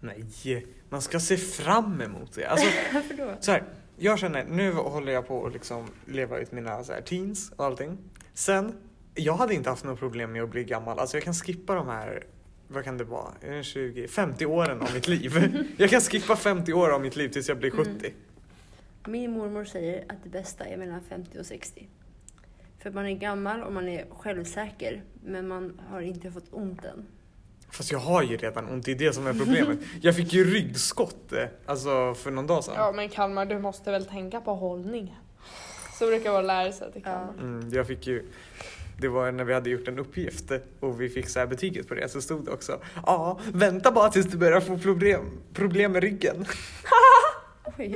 Speaker 2: Nej, man ska se fram emot det. Alltså,
Speaker 3: Varför då?
Speaker 2: så här, jag känner, nu håller jag på att liksom leva ut mina så här, teens och allting. Sen, jag hade inte haft något problem med att bli gammal. Alltså jag kan skippa de här, vad kan det vara, Är det 20, 50 åren av mitt liv. Jag kan skippa 50 år av mitt liv tills jag blir
Speaker 3: Mm.
Speaker 2: 70.
Speaker 3: Min mormor säger att det bästa är mellan 50 och 60. För man är gammal och man är självsäker, men man har inte fått ont än.
Speaker 2: Fast jag har ju redan ont, det är det som är problemet. Jag fick ju ryggskott eh, alltså, för någon dag sedan.
Speaker 4: Ja men Kalmar, du måste väl tänka på hållningen. Så brukar man lära sig till
Speaker 3: Ja.
Speaker 4: Kalmar.
Speaker 2: Mm, jag fick ju, det var när vi hade gjort en uppgift och vi fick så här betyget på det så stod det också ja, vänta bara tills du börjar få problem, problem med ryggen.
Speaker 3: Oj.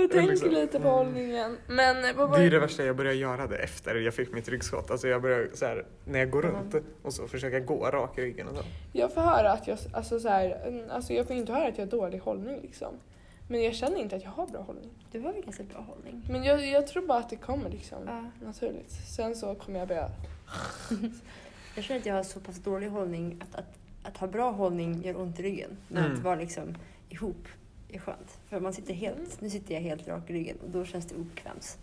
Speaker 4: Uh, Tänk
Speaker 2: liksom,
Speaker 4: lite på
Speaker 2: mm.
Speaker 4: hållningen. Men eh, vad
Speaker 2: Det
Speaker 4: var
Speaker 2: är ju det värsta, jag började göra det efter jag fick mitt ryggskott. Alltså jag började så här, när jag går runt och så försöka gå rak i ryggen och så.
Speaker 4: Jag får höra att jag, alltså så här, mm, alltså jag får inte höra att jag har dålig hållning liksom. Men jag känner inte att jag har bra hållning.
Speaker 3: Du har väl ganska bra hållning?
Speaker 4: Men jag, jag tror bara att det kommer liksom
Speaker 3: Ja.
Speaker 4: naturligt. Sen så kommer jag börja...
Speaker 3: Jag känner att jag har så pass dålig hållning att, att, att ha bra hållning gör ont i ryggen. Men
Speaker 2: Mm.
Speaker 3: att vara liksom ihop är skönt. För man sitter helt,
Speaker 4: Mm.
Speaker 3: nu sitter jag helt rak i ryggen och då känns det obekvämt.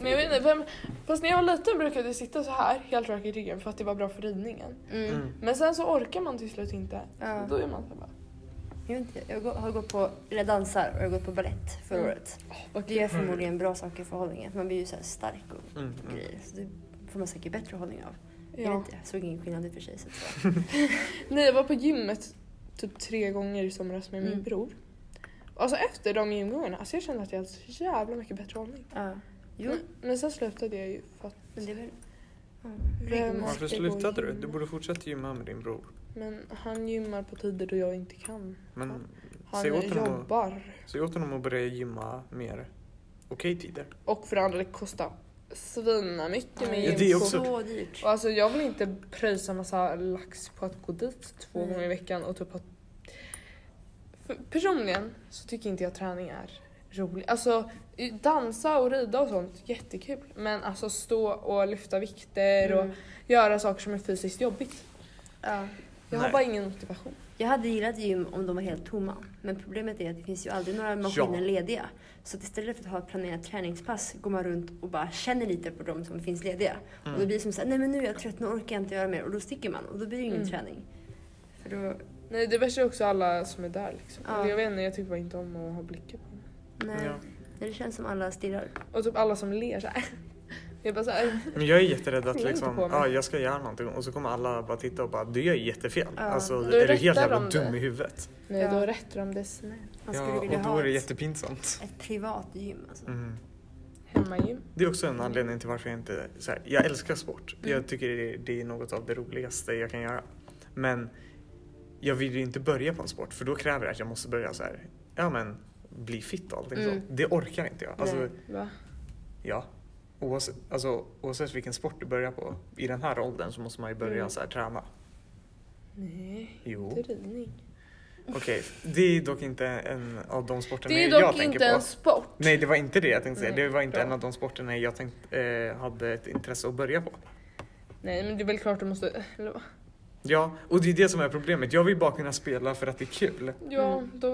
Speaker 4: Men jag vet inte, vem... Fast när jag var liten brukade jag sitta så här helt rak i ryggen för att det var bra för ridningen.
Speaker 3: Mm.
Speaker 2: Mm.
Speaker 4: Men sen så orkar man till slut inte.
Speaker 3: Ja.
Speaker 4: Då är man så här bara...
Speaker 3: Jag, vet inte, jag går- har gått på, eller jag dansar och jag har gått på ballett förra
Speaker 4: Mm.
Speaker 3: året.
Speaker 4: vad
Speaker 3: Det gör förmodligen bra saker för hållningen. Man blir ju så här stark och
Speaker 2: Mm, mm.
Speaker 3: grejer. Så det får man säkert bättre hållning av. Jag
Speaker 4: Ja.
Speaker 3: vet inte, jag såg ingen skillnad i och för sig. Så att säga.
Speaker 4: Nej, jag var på gymmet typ tre gånger i somras med min
Speaker 3: Mm.
Speaker 4: bror. Alltså efter de gymgångarna, alltså jag kände att jag hade så jävla mycket bättre hållning.
Speaker 3: ja. Jo,
Speaker 4: Men, men sen slutade jag ju för att
Speaker 3: men det är väl... Ja,
Speaker 4: Vem-
Speaker 3: regelmässigt.
Speaker 4: Varför
Speaker 2: Varför
Speaker 4: ska jag gå slutade
Speaker 2: slutade
Speaker 4: du?
Speaker 2: du?
Speaker 4: gymmet?
Speaker 2: Du
Speaker 4: Du
Speaker 2: borde fortsätta gymma med din bror.
Speaker 4: Men han gymmar på tider då jag inte kan.
Speaker 2: Men
Speaker 4: Han
Speaker 2: säg åt honom
Speaker 4: jobbar.
Speaker 2: att börja gymma mer okej tider.
Speaker 4: Och för det andra, det kostar svina mycket med
Speaker 2: Ja, det är
Speaker 4: gymkort.
Speaker 2: också-
Speaker 3: så dyrt.
Speaker 4: Och alltså jag vill inte pröjsa massa lax på att gå dit två
Speaker 3: Nej.
Speaker 4: gånger i veckan och typ ha... För personligen så tycker inte jag träning är rolig. Alltså i- dansa och rida och sånt, jättekul. Men alltså stå och lyfta vikter och
Speaker 3: Mm.
Speaker 4: göra saker som är fysiskt jobbigt.
Speaker 3: Ja.
Speaker 4: Jag
Speaker 2: Nej.
Speaker 4: har bara ingen motivation.
Speaker 3: Jag hade gillat gym om de var helt tomma. Men problemet är att det finns ju aldrig några maskiner
Speaker 2: Ja.
Speaker 3: lediga. Så att istället för att ha ett planerat träningspass går man runt och bara känner lite på de som finns lediga.
Speaker 2: Mm.
Speaker 3: Och då blir det som såhär, nej men nu är jag trött, nu orkar jag inte göra mer. Och då sticker man och då blir det ingen
Speaker 4: Mm.
Speaker 3: träning. För då,
Speaker 4: Nej det värsta är också alla som är där liksom.
Speaker 3: Ja.
Speaker 4: Eller Jag vet inte, jag tycker bara inte om att ha blicken på dem.
Speaker 3: nej.
Speaker 2: Ja.
Speaker 3: Det känns som alla stirrar.
Speaker 4: Och typ alla som ler såhär. Jag bara såhär,
Speaker 2: Men jag är jätterädd att
Speaker 4: Skyll inte
Speaker 2: liksom,
Speaker 4: på mig.
Speaker 2: ja, jag ska göra någonting och så kommer alla bara titta och bara du gör jättefel.
Speaker 3: Ja.
Speaker 2: Alltså
Speaker 4: Då
Speaker 2: är du helt
Speaker 4: rättar
Speaker 2: jävla
Speaker 4: de
Speaker 2: dum
Speaker 4: det.
Speaker 2: i huvudet.
Speaker 4: nej
Speaker 3: Ja.
Speaker 4: då rättar de det snällt.
Speaker 3: Man skulle
Speaker 2: Ja,
Speaker 3: vilja
Speaker 2: och då
Speaker 3: ha
Speaker 2: är det
Speaker 3: ett,
Speaker 2: jättepinsamt.
Speaker 3: ett privat gym alltså.
Speaker 2: Mm.
Speaker 4: Hemmagym.
Speaker 2: Det är också en anledning till varför jag inte... Så här, jag älskar sport.
Speaker 3: Mm.
Speaker 2: Jag tycker det är, det är något av det roligaste jag kan göra. Men jag vill ju inte börja på en sport för då kräver det att jag måste börja så här, ja men bli fit och allting
Speaker 3: Mm.
Speaker 2: så. Det orkar inte jag. Alltså,
Speaker 3: Nej.
Speaker 4: Va?
Speaker 2: ja. Oavsett, alltså, oavsett vilken sport du börjar på, i den här åldern så måste man ju börja
Speaker 4: Mm. Typ
Speaker 2: så här, träna.
Speaker 4: Nej,
Speaker 2: Jo.
Speaker 4: inte ridning.
Speaker 2: Okej, det är dock inte en av de sporterna
Speaker 4: Det är
Speaker 2: jag
Speaker 4: dock
Speaker 2: tänker
Speaker 4: inte
Speaker 2: på.
Speaker 4: en sport.
Speaker 2: Nej, det var inte det jag tänkte säga.
Speaker 4: Nej,
Speaker 2: det var inte
Speaker 4: bra.
Speaker 2: en av de sporterna jag tänkt, eh, hade ett intresse att börja på.
Speaker 4: Nej men det är väl klart du måste... eller vad?
Speaker 2: Ja, och det är det som är problemet. Jag vill bara kunna spela för att det är kul.
Speaker 4: Ja,
Speaker 3: Mm.
Speaker 4: då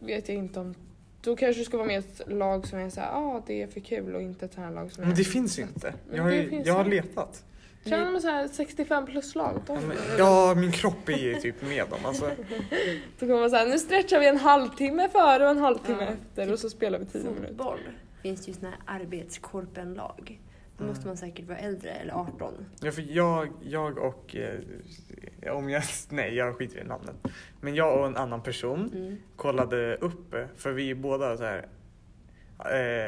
Speaker 4: vet jag inte om... Då kanske du ska vara med i ett lag som är såhär, ah det är för kul och inte ett här lag som är...
Speaker 2: Men det finns ju inte.
Speaker 4: Men
Speaker 2: Jag har,
Speaker 4: det
Speaker 2: ju,
Speaker 4: finns
Speaker 2: jag har
Speaker 4: ju.
Speaker 2: letat.
Speaker 4: Tränar med såhär 65 plus lag, då,
Speaker 2: Ja, men- Ja, min kropp är ju typ med dem. Alltså,
Speaker 4: då kommer man såhär, nu stretchar vi en halvtimme före och en halvtimme
Speaker 3: Ja,
Speaker 4: efter och så spelar vi 10
Speaker 2: Mm.
Speaker 4: minuter.
Speaker 3: Fotboll finns det ju såna här arbetskorpenlag. Då
Speaker 2: Mm.
Speaker 3: måste man säkert vara äldre eller 18.
Speaker 2: ja, för jag, jag och... Eh, om jag, nej, jag skiter i namnet. Men jag och en annan person
Speaker 3: Mm.
Speaker 2: kollade upp, eh, för vi båda så här,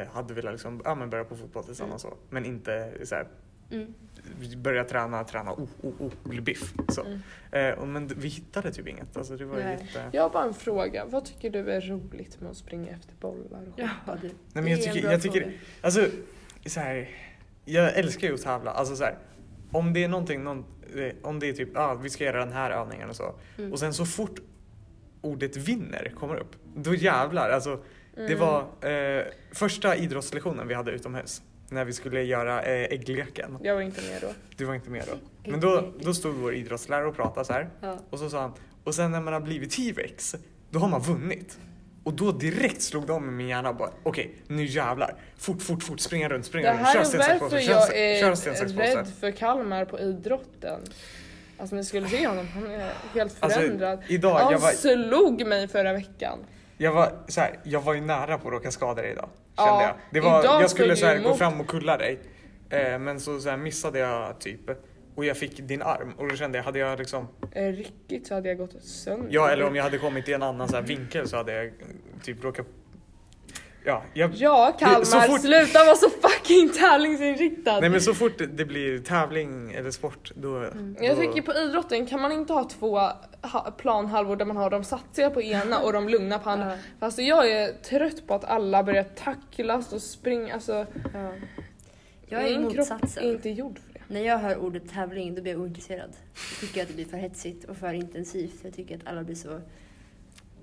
Speaker 2: eh, hade velat liksom, ja, men börja på fotboll tillsammans. Så, men inte så här,
Speaker 3: Mm.
Speaker 2: börja träna, träna, oh, oh, oh, bli biff. Så.
Speaker 4: Mm.
Speaker 2: Eh, och- men vi hittade typ inget. Alltså, det var
Speaker 3: Nej.
Speaker 2: jätte...
Speaker 4: Jag har bara en fråga, vad tycker du är roligt med att springa efter bollar och
Speaker 3: Ja,
Speaker 4: skjuta?
Speaker 3: du. Nej,
Speaker 2: men jag tycker- jag tycker- Alltså, så här, jag älskar ju att tävla. Alltså, så här, om det är någonting, någon, eh, om det är typ, ah, vi ska göra den här övningen och så.
Speaker 3: Mm.
Speaker 2: Och sen så fort ordet vinner kommer upp, då jävlar. Alltså, det
Speaker 4: Mm.
Speaker 2: var eh, första idrottslektionen vi hade utomhus. När vi skulle göra eh, äggleken.
Speaker 4: Mm. Jag var inte med då.
Speaker 2: Du var inte med då. Men då, då stod vår idrottslärare och pratade så här.
Speaker 3: Ja.
Speaker 2: Och så sa han, och sen när man har blivit T-rex, då har man vunnit. Och då direkt slog det om i min hjärna och bara okej, nu jävlar. Fort, fort, fort, springa runt,
Speaker 4: Det
Speaker 2: springa runt.
Speaker 4: här
Speaker 2: Kör
Speaker 4: är
Speaker 2: sten, sax, påse,
Speaker 4: varför
Speaker 2: kör
Speaker 4: jag
Speaker 2: sten- kör sten, sax,
Speaker 4: är
Speaker 2: påse.
Speaker 4: rädd för Kalmar på idrotten. Alltså ni skulle se honom, han är helt
Speaker 2: Alltså,
Speaker 4: förändrad.
Speaker 2: idag,
Speaker 4: han
Speaker 2: jag var-
Speaker 4: slog mig förra veckan.
Speaker 2: Jag var, så här, jag var ju nära på att råka skada dig idag.
Speaker 4: Ja,
Speaker 2: Kände jag. Det var,
Speaker 4: idag
Speaker 2: jag skulle
Speaker 4: stod
Speaker 2: så här,
Speaker 4: du
Speaker 2: gå
Speaker 4: emot.
Speaker 2: fram och kulla dig. Eh, men så, så här, missade jag typ. Och jag fick din arm och då kände jag, hade jag liksom,
Speaker 4: Eh, Ryckigt så hade jag gått sönder.
Speaker 2: ja eller om jag hade kommit i en annan så här, vinkel så hade jag eh, typ råkat, ja. Jag,
Speaker 4: Ja Kalmar,
Speaker 2: Så fort-
Speaker 4: sluta vara så fucking tävlingsinriktad.
Speaker 2: Nej men så fort det- det blir tävling eller sport då... då
Speaker 4: Mm. Jag tänker på idrotten, kan man inte ha två ha- planhalvor där man har de satsiga på ena och de lugna på andra?
Speaker 3: Ja.
Speaker 4: För Alltså jag är trött på att alla börjar tacklas och springa, alltså
Speaker 3: Ja. Jag är
Speaker 4: min
Speaker 3: motsatsen.
Speaker 4: kropp är inte gjord för det.
Speaker 3: När jag hör ordet tävling då blir jag ointresserad. Jag tycker att det blir för hetsigt och för intensivt. Jag tycker att alla blir så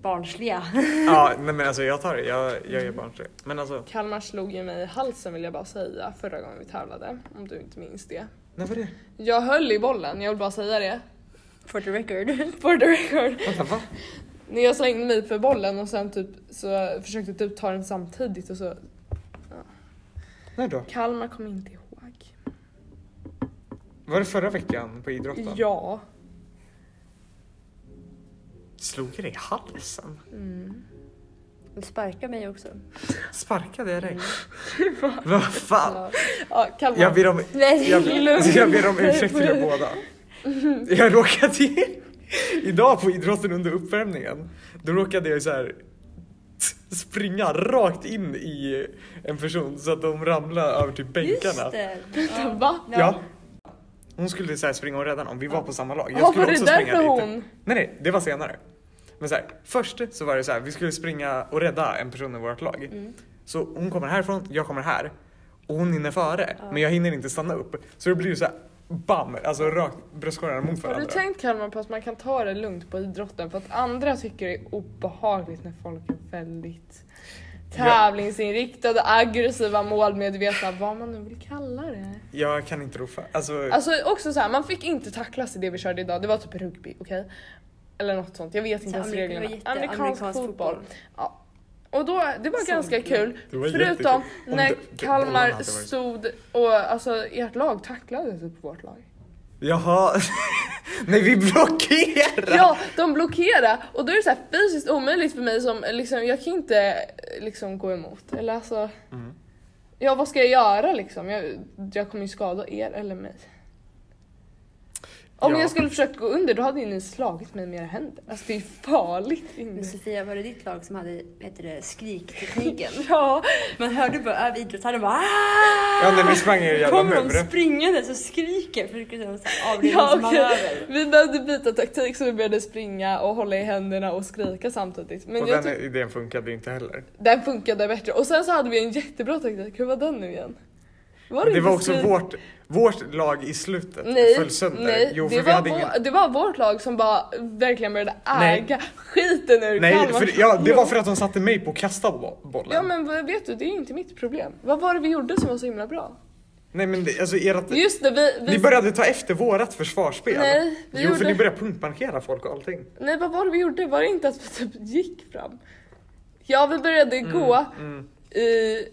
Speaker 3: barnsliga.
Speaker 2: Ja, nej men alltså jag tar det. Jag, jag är barnslig. Men alltså,
Speaker 4: Kalmar slog ju mig i halsen vill jag bara säga förra gången vi tävlade, om du inte minns det.
Speaker 2: nej vad är det?
Speaker 4: Jag höll i bollen, jag vill bara säga det.
Speaker 3: For the record.
Speaker 4: For the record.
Speaker 2: Vänta va?
Speaker 4: När jag slängde mig för bollen och sen typ så försökte du ta den samtidigt och så
Speaker 2: När då?
Speaker 4: Kalmar kom inte ihåg.
Speaker 2: Var det förra veckan på idrotten?
Speaker 4: Ja.
Speaker 2: Slog jag dig i halsen?
Speaker 4: Mm.
Speaker 3: De sparkar mig också.
Speaker 2: Sparkade jag dig? Vad fan?
Speaker 4: Ja. Ja, Kalmar.
Speaker 2: Jag ber om,
Speaker 3: Nej,
Speaker 2: jag, jag ber om ursäkt till er båda. Jag råkade till idag på idrotten under uppvärmningen. Då råkade jag så här t- springa rakt in i en person så att de ramlade över till bänkarna.
Speaker 3: Just det.
Speaker 4: Vänta, va?
Speaker 2: Ja. Hon skulle så här springa och rädda någon, vi var på samma lag.
Speaker 4: Ja,
Speaker 2: skulle
Speaker 4: var det därför hon?
Speaker 2: Nej, nej, det var senare. Men så här, först så var det
Speaker 4: Mm.
Speaker 2: så här, vi skulle springa och rädda en person i vårt lag. Så hon kommer härifrån, jag kommer här. och hon hinner före.
Speaker 3: Ja.
Speaker 2: Men jag hinner inte stanna upp. Så det blir ju så här, bam, alltså rakt bröstkorgarna mot
Speaker 4: Har du
Speaker 2: varandra.
Speaker 4: tänkt Kalmar på att man kan ta det lugnt på idrotten för att andra tycker det är obehagligt när folk är väldigt
Speaker 2: Ja.
Speaker 4: tävlingsinriktade, aggressiva, målmedvetna, vad man nu vill kalla det.
Speaker 2: Jag kan inte roffa. Alltså,
Speaker 4: Alltså också så här, man fick inte tacklas i det vi körde idag, det var typ rugby, okej? Eller något sånt, jag vet inte ens
Speaker 3: Amerika-
Speaker 4: reglerna.
Speaker 3: det var jätte- amerikansk
Speaker 4: Och då, det var
Speaker 3: Så
Speaker 4: ganska
Speaker 3: kul.
Speaker 4: kul,
Speaker 2: Det var
Speaker 4: förutom
Speaker 2: jättekul. Om
Speaker 4: när
Speaker 2: det- det- bollarna
Speaker 4: Kalmar
Speaker 2: hade varit-
Speaker 4: stod och alltså ert lag tacklade typ vårt lag.
Speaker 2: Jaha, nej vi blockerar!
Speaker 4: Ja, de blockerar och då är det så här fysiskt omöjligt för mig som liksom, jag kan inte eh, liksom gå emot. Eller alltså,
Speaker 2: Mm.
Speaker 4: ja vad ska jag göra liksom? Jag, jag kommer ju skada er eller mig. Om
Speaker 2: Ja.
Speaker 4: jag skulle försökt gå under då hade ju ni slagit mig med era händer. Alltså det är farligt. inne.
Speaker 2: Mm.
Speaker 3: Men Sofia, var det ditt lag som hade heter det, skriktekniken?
Speaker 4: Ja,
Speaker 3: Man hörde bara över idrottshallen bara "Ah!"
Speaker 2: Ja, nej, vi sprang i en jävla
Speaker 3: Kommer de
Speaker 2: mur.
Speaker 3: springande så skriker för det är en sån här
Speaker 4: ja
Speaker 3: avledningsmanöver.
Speaker 4: okej. Vi behövde byta taktik så vi började springa och hålla i händerna och skrika samtidigt. Men
Speaker 2: Och
Speaker 4: jag
Speaker 2: den
Speaker 4: tyck-
Speaker 2: idén funkade ju inte heller.
Speaker 4: den funkade bättre. Och sen så hade vi en jättebra taktik, hur var den nu igen?
Speaker 2: Men det
Speaker 4: inte
Speaker 2: var också
Speaker 4: skrik-
Speaker 2: vårt, vårt lag i slutet
Speaker 4: Nej,
Speaker 2: föll sönder.
Speaker 4: nej
Speaker 2: jo, för
Speaker 4: det,
Speaker 2: vi
Speaker 4: var
Speaker 2: hade
Speaker 4: vår,
Speaker 2: ingen...
Speaker 4: det var vårt lag som bara verkligen började
Speaker 2: Nej.
Speaker 4: äga skiten ur
Speaker 2: Nej,
Speaker 4: Kalmar.
Speaker 2: för, ja, det
Speaker 4: Jo.
Speaker 2: var för att de satte mig på att kasta bo- bollen.
Speaker 4: Ja men vad- vet du, det är ju inte mitt problem. Vad var det vi gjorde som var så himla bra?
Speaker 2: Nej men det, alltså ert...
Speaker 4: Just det, vi... vi
Speaker 2: Ni började ta efter vårat försvarsspel.
Speaker 4: Nej, vi
Speaker 2: jo, för
Speaker 4: gjorde-
Speaker 2: ni började punktmarkera folk och allting.
Speaker 4: Nej vad var det vi gjorde? Var det inte att vi typ gick fram? Ja vi började gå
Speaker 2: Mm,
Speaker 4: i,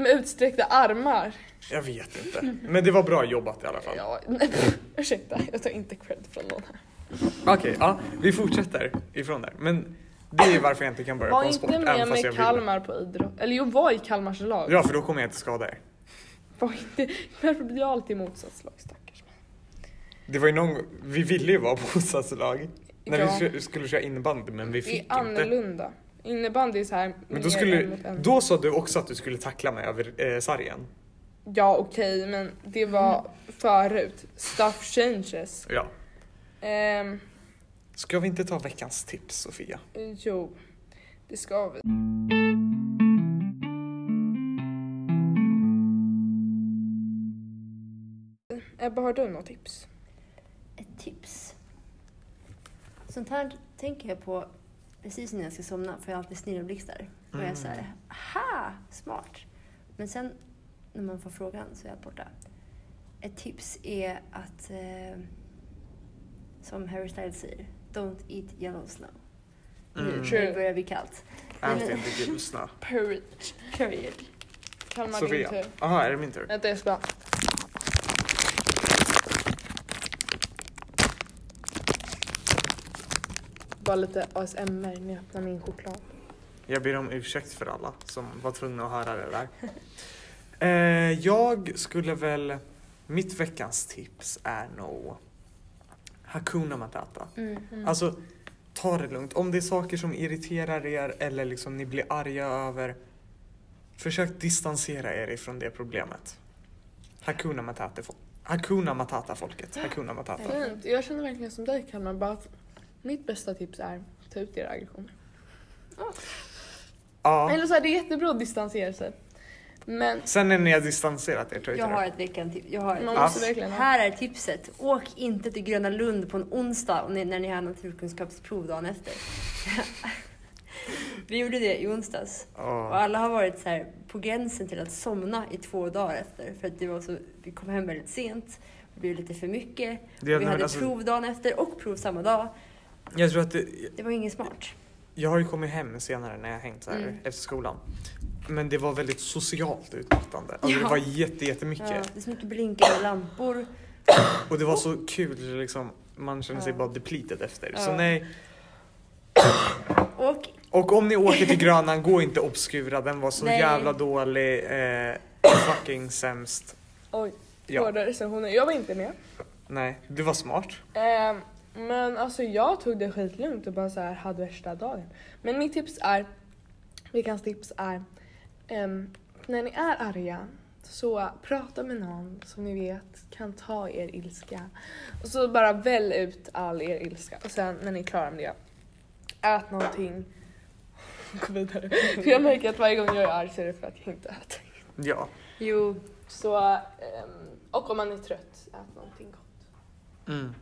Speaker 4: med utsträckta armar.
Speaker 2: jag vet inte. Men det var bra jobbat i alla fall.
Speaker 4: Ja, nej, pff, ursäkta, jag tar inte cred från någon här.
Speaker 2: Okej, ja, vi fortsätter ifrån där. Men det är ju varför jag inte kan börja
Speaker 4: Var
Speaker 2: på en sport,
Speaker 4: inte med
Speaker 2: även fast jag ville.
Speaker 4: med Kalmar på idrott. Eller jo, var i Kalmars lag.
Speaker 2: Ja, för då kommer jag inte skada er.
Speaker 4: Var inte, varför blir jag alltid motsatslag stackars mig?
Speaker 2: Det var ju någon gång- vi ville ju vara bostadslag. När
Speaker 4: Ja.
Speaker 2: vi kö- skulle köra innebandy, men vi
Speaker 4: Det är
Speaker 2: fick inte.
Speaker 4: annorlunda. Innebandy är så här
Speaker 2: Men
Speaker 4: mer
Speaker 2: då, skulle,
Speaker 4: mot en.
Speaker 2: då sa du också att du skulle tackla mig över eh, sargen.
Speaker 4: Ja okej men det var förut. Stuff changes.
Speaker 2: Ja.
Speaker 4: Ehm,
Speaker 2: Ska vi inte ta veckans tips, Sofia?
Speaker 4: jo, det ska vi. Ebba har du något tips?
Speaker 3: Ett tips. Sånt här tänker jag på precis när jag ska somna, för jag har alltid snilleblixtar. Och jag är såhär, aha, smart. Men sen när man får frågan så är jag borta. Ett tips är att, eh, som Harry Styles säger, don't eat yellow snow. Nu
Speaker 2: Mm.
Speaker 3: när det börjar bli kallt.
Speaker 2: Ät inte gul snö.
Speaker 4: Period.
Speaker 3: Period.
Speaker 4: Kalmar din
Speaker 2: Sofia.
Speaker 4: tur.
Speaker 2: Jaha, är det min tur?
Speaker 4: Vänta jag ska bara... Bara lite ASMR när jag öppnar min choklad.
Speaker 2: Jag ber om ursäkt för alla som var tvungna att höra det där. Eh, jag skulle väl... Mitt veckans tips är nog Hakuna Matata.
Speaker 3: Mm.
Speaker 2: Alltså, ta det lugnt. Om det är saker som irriterar er eller liksom ni blir arga över, försök distansera er ifrån det problemet. Hakuna Matata. Hakuna Matata-folket. Hakuna Matata.
Speaker 4: Fint. Jag känner verkligen som dig Kalmar, bara att mitt bästa tips är ta ut era aggressioner.
Speaker 2: Ja.
Speaker 4: Eller så här, det är jättebra att distansera sig. Men
Speaker 2: Sen när ni har distanserat er, tror
Speaker 3: Jag
Speaker 2: jag
Speaker 3: har
Speaker 2: inte
Speaker 3: ett veckan jag har ett
Speaker 4: man
Speaker 2: Ja.
Speaker 4: måste verkligen ha...
Speaker 3: Här är tipset. Åk inte till Gröna Lund på en onsdag om ni, när ni har naturkunskapsprov dagen efter. Vi gjorde det i onsdags.
Speaker 2: det.
Speaker 3: Och
Speaker 2: Ja.
Speaker 3: alla har varit så här på gränsen till att somna i två dagar efter. För att det var så, vi kom hem väldigt sent. Det blev lite för mycket.
Speaker 2: Det är-
Speaker 3: vi
Speaker 2: men
Speaker 3: hade
Speaker 2: alltså-
Speaker 3: prov dagen efter och prov samma dag.
Speaker 2: Jag tror att det,
Speaker 3: Det var inget smart.
Speaker 2: Jag har ju kommit hem senare när jag hängt så här
Speaker 3: Mm.
Speaker 2: efter skolan. Men det var väldigt socialt utmattande. Alltså Det
Speaker 3: Ja.
Speaker 2: var jätte,
Speaker 3: Ja,
Speaker 2: jättemycket.
Speaker 3: det är så mycket blinkande lampor.
Speaker 2: Och det var så kul, så liksom, man kände sig
Speaker 3: Ja.
Speaker 2: bara depleted efter. Så
Speaker 3: Ja.
Speaker 2: nej.
Speaker 3: Och
Speaker 2: Och om ni åker till Grönan, gå inte obskura. Den var så
Speaker 3: Nej.
Speaker 2: jävla dålig. Eh, fucking sämst.
Speaker 4: Oj,
Speaker 2: Ja.
Speaker 4: hårda recensioner. Jag var inte med.
Speaker 2: Nej, du var smart.
Speaker 4: Ehm, men alltså jag tog det skitlugnt och bara så här hade värsta dagen. Men mitt tips är, veckans tips är, ehm, när ni är arga så prata med någon som ni vet kan ta er ilska. Och så bara väl ut all er ilska och sen när ni är klara med det, ät någonting. Gå vidare. För jag märker att varje gång jag är arg så är det för att jag inte äter.
Speaker 2: Ja,
Speaker 3: Jo,
Speaker 4: Så, ehm, och om man är trött, ät någonting gott.
Speaker 2: Mm.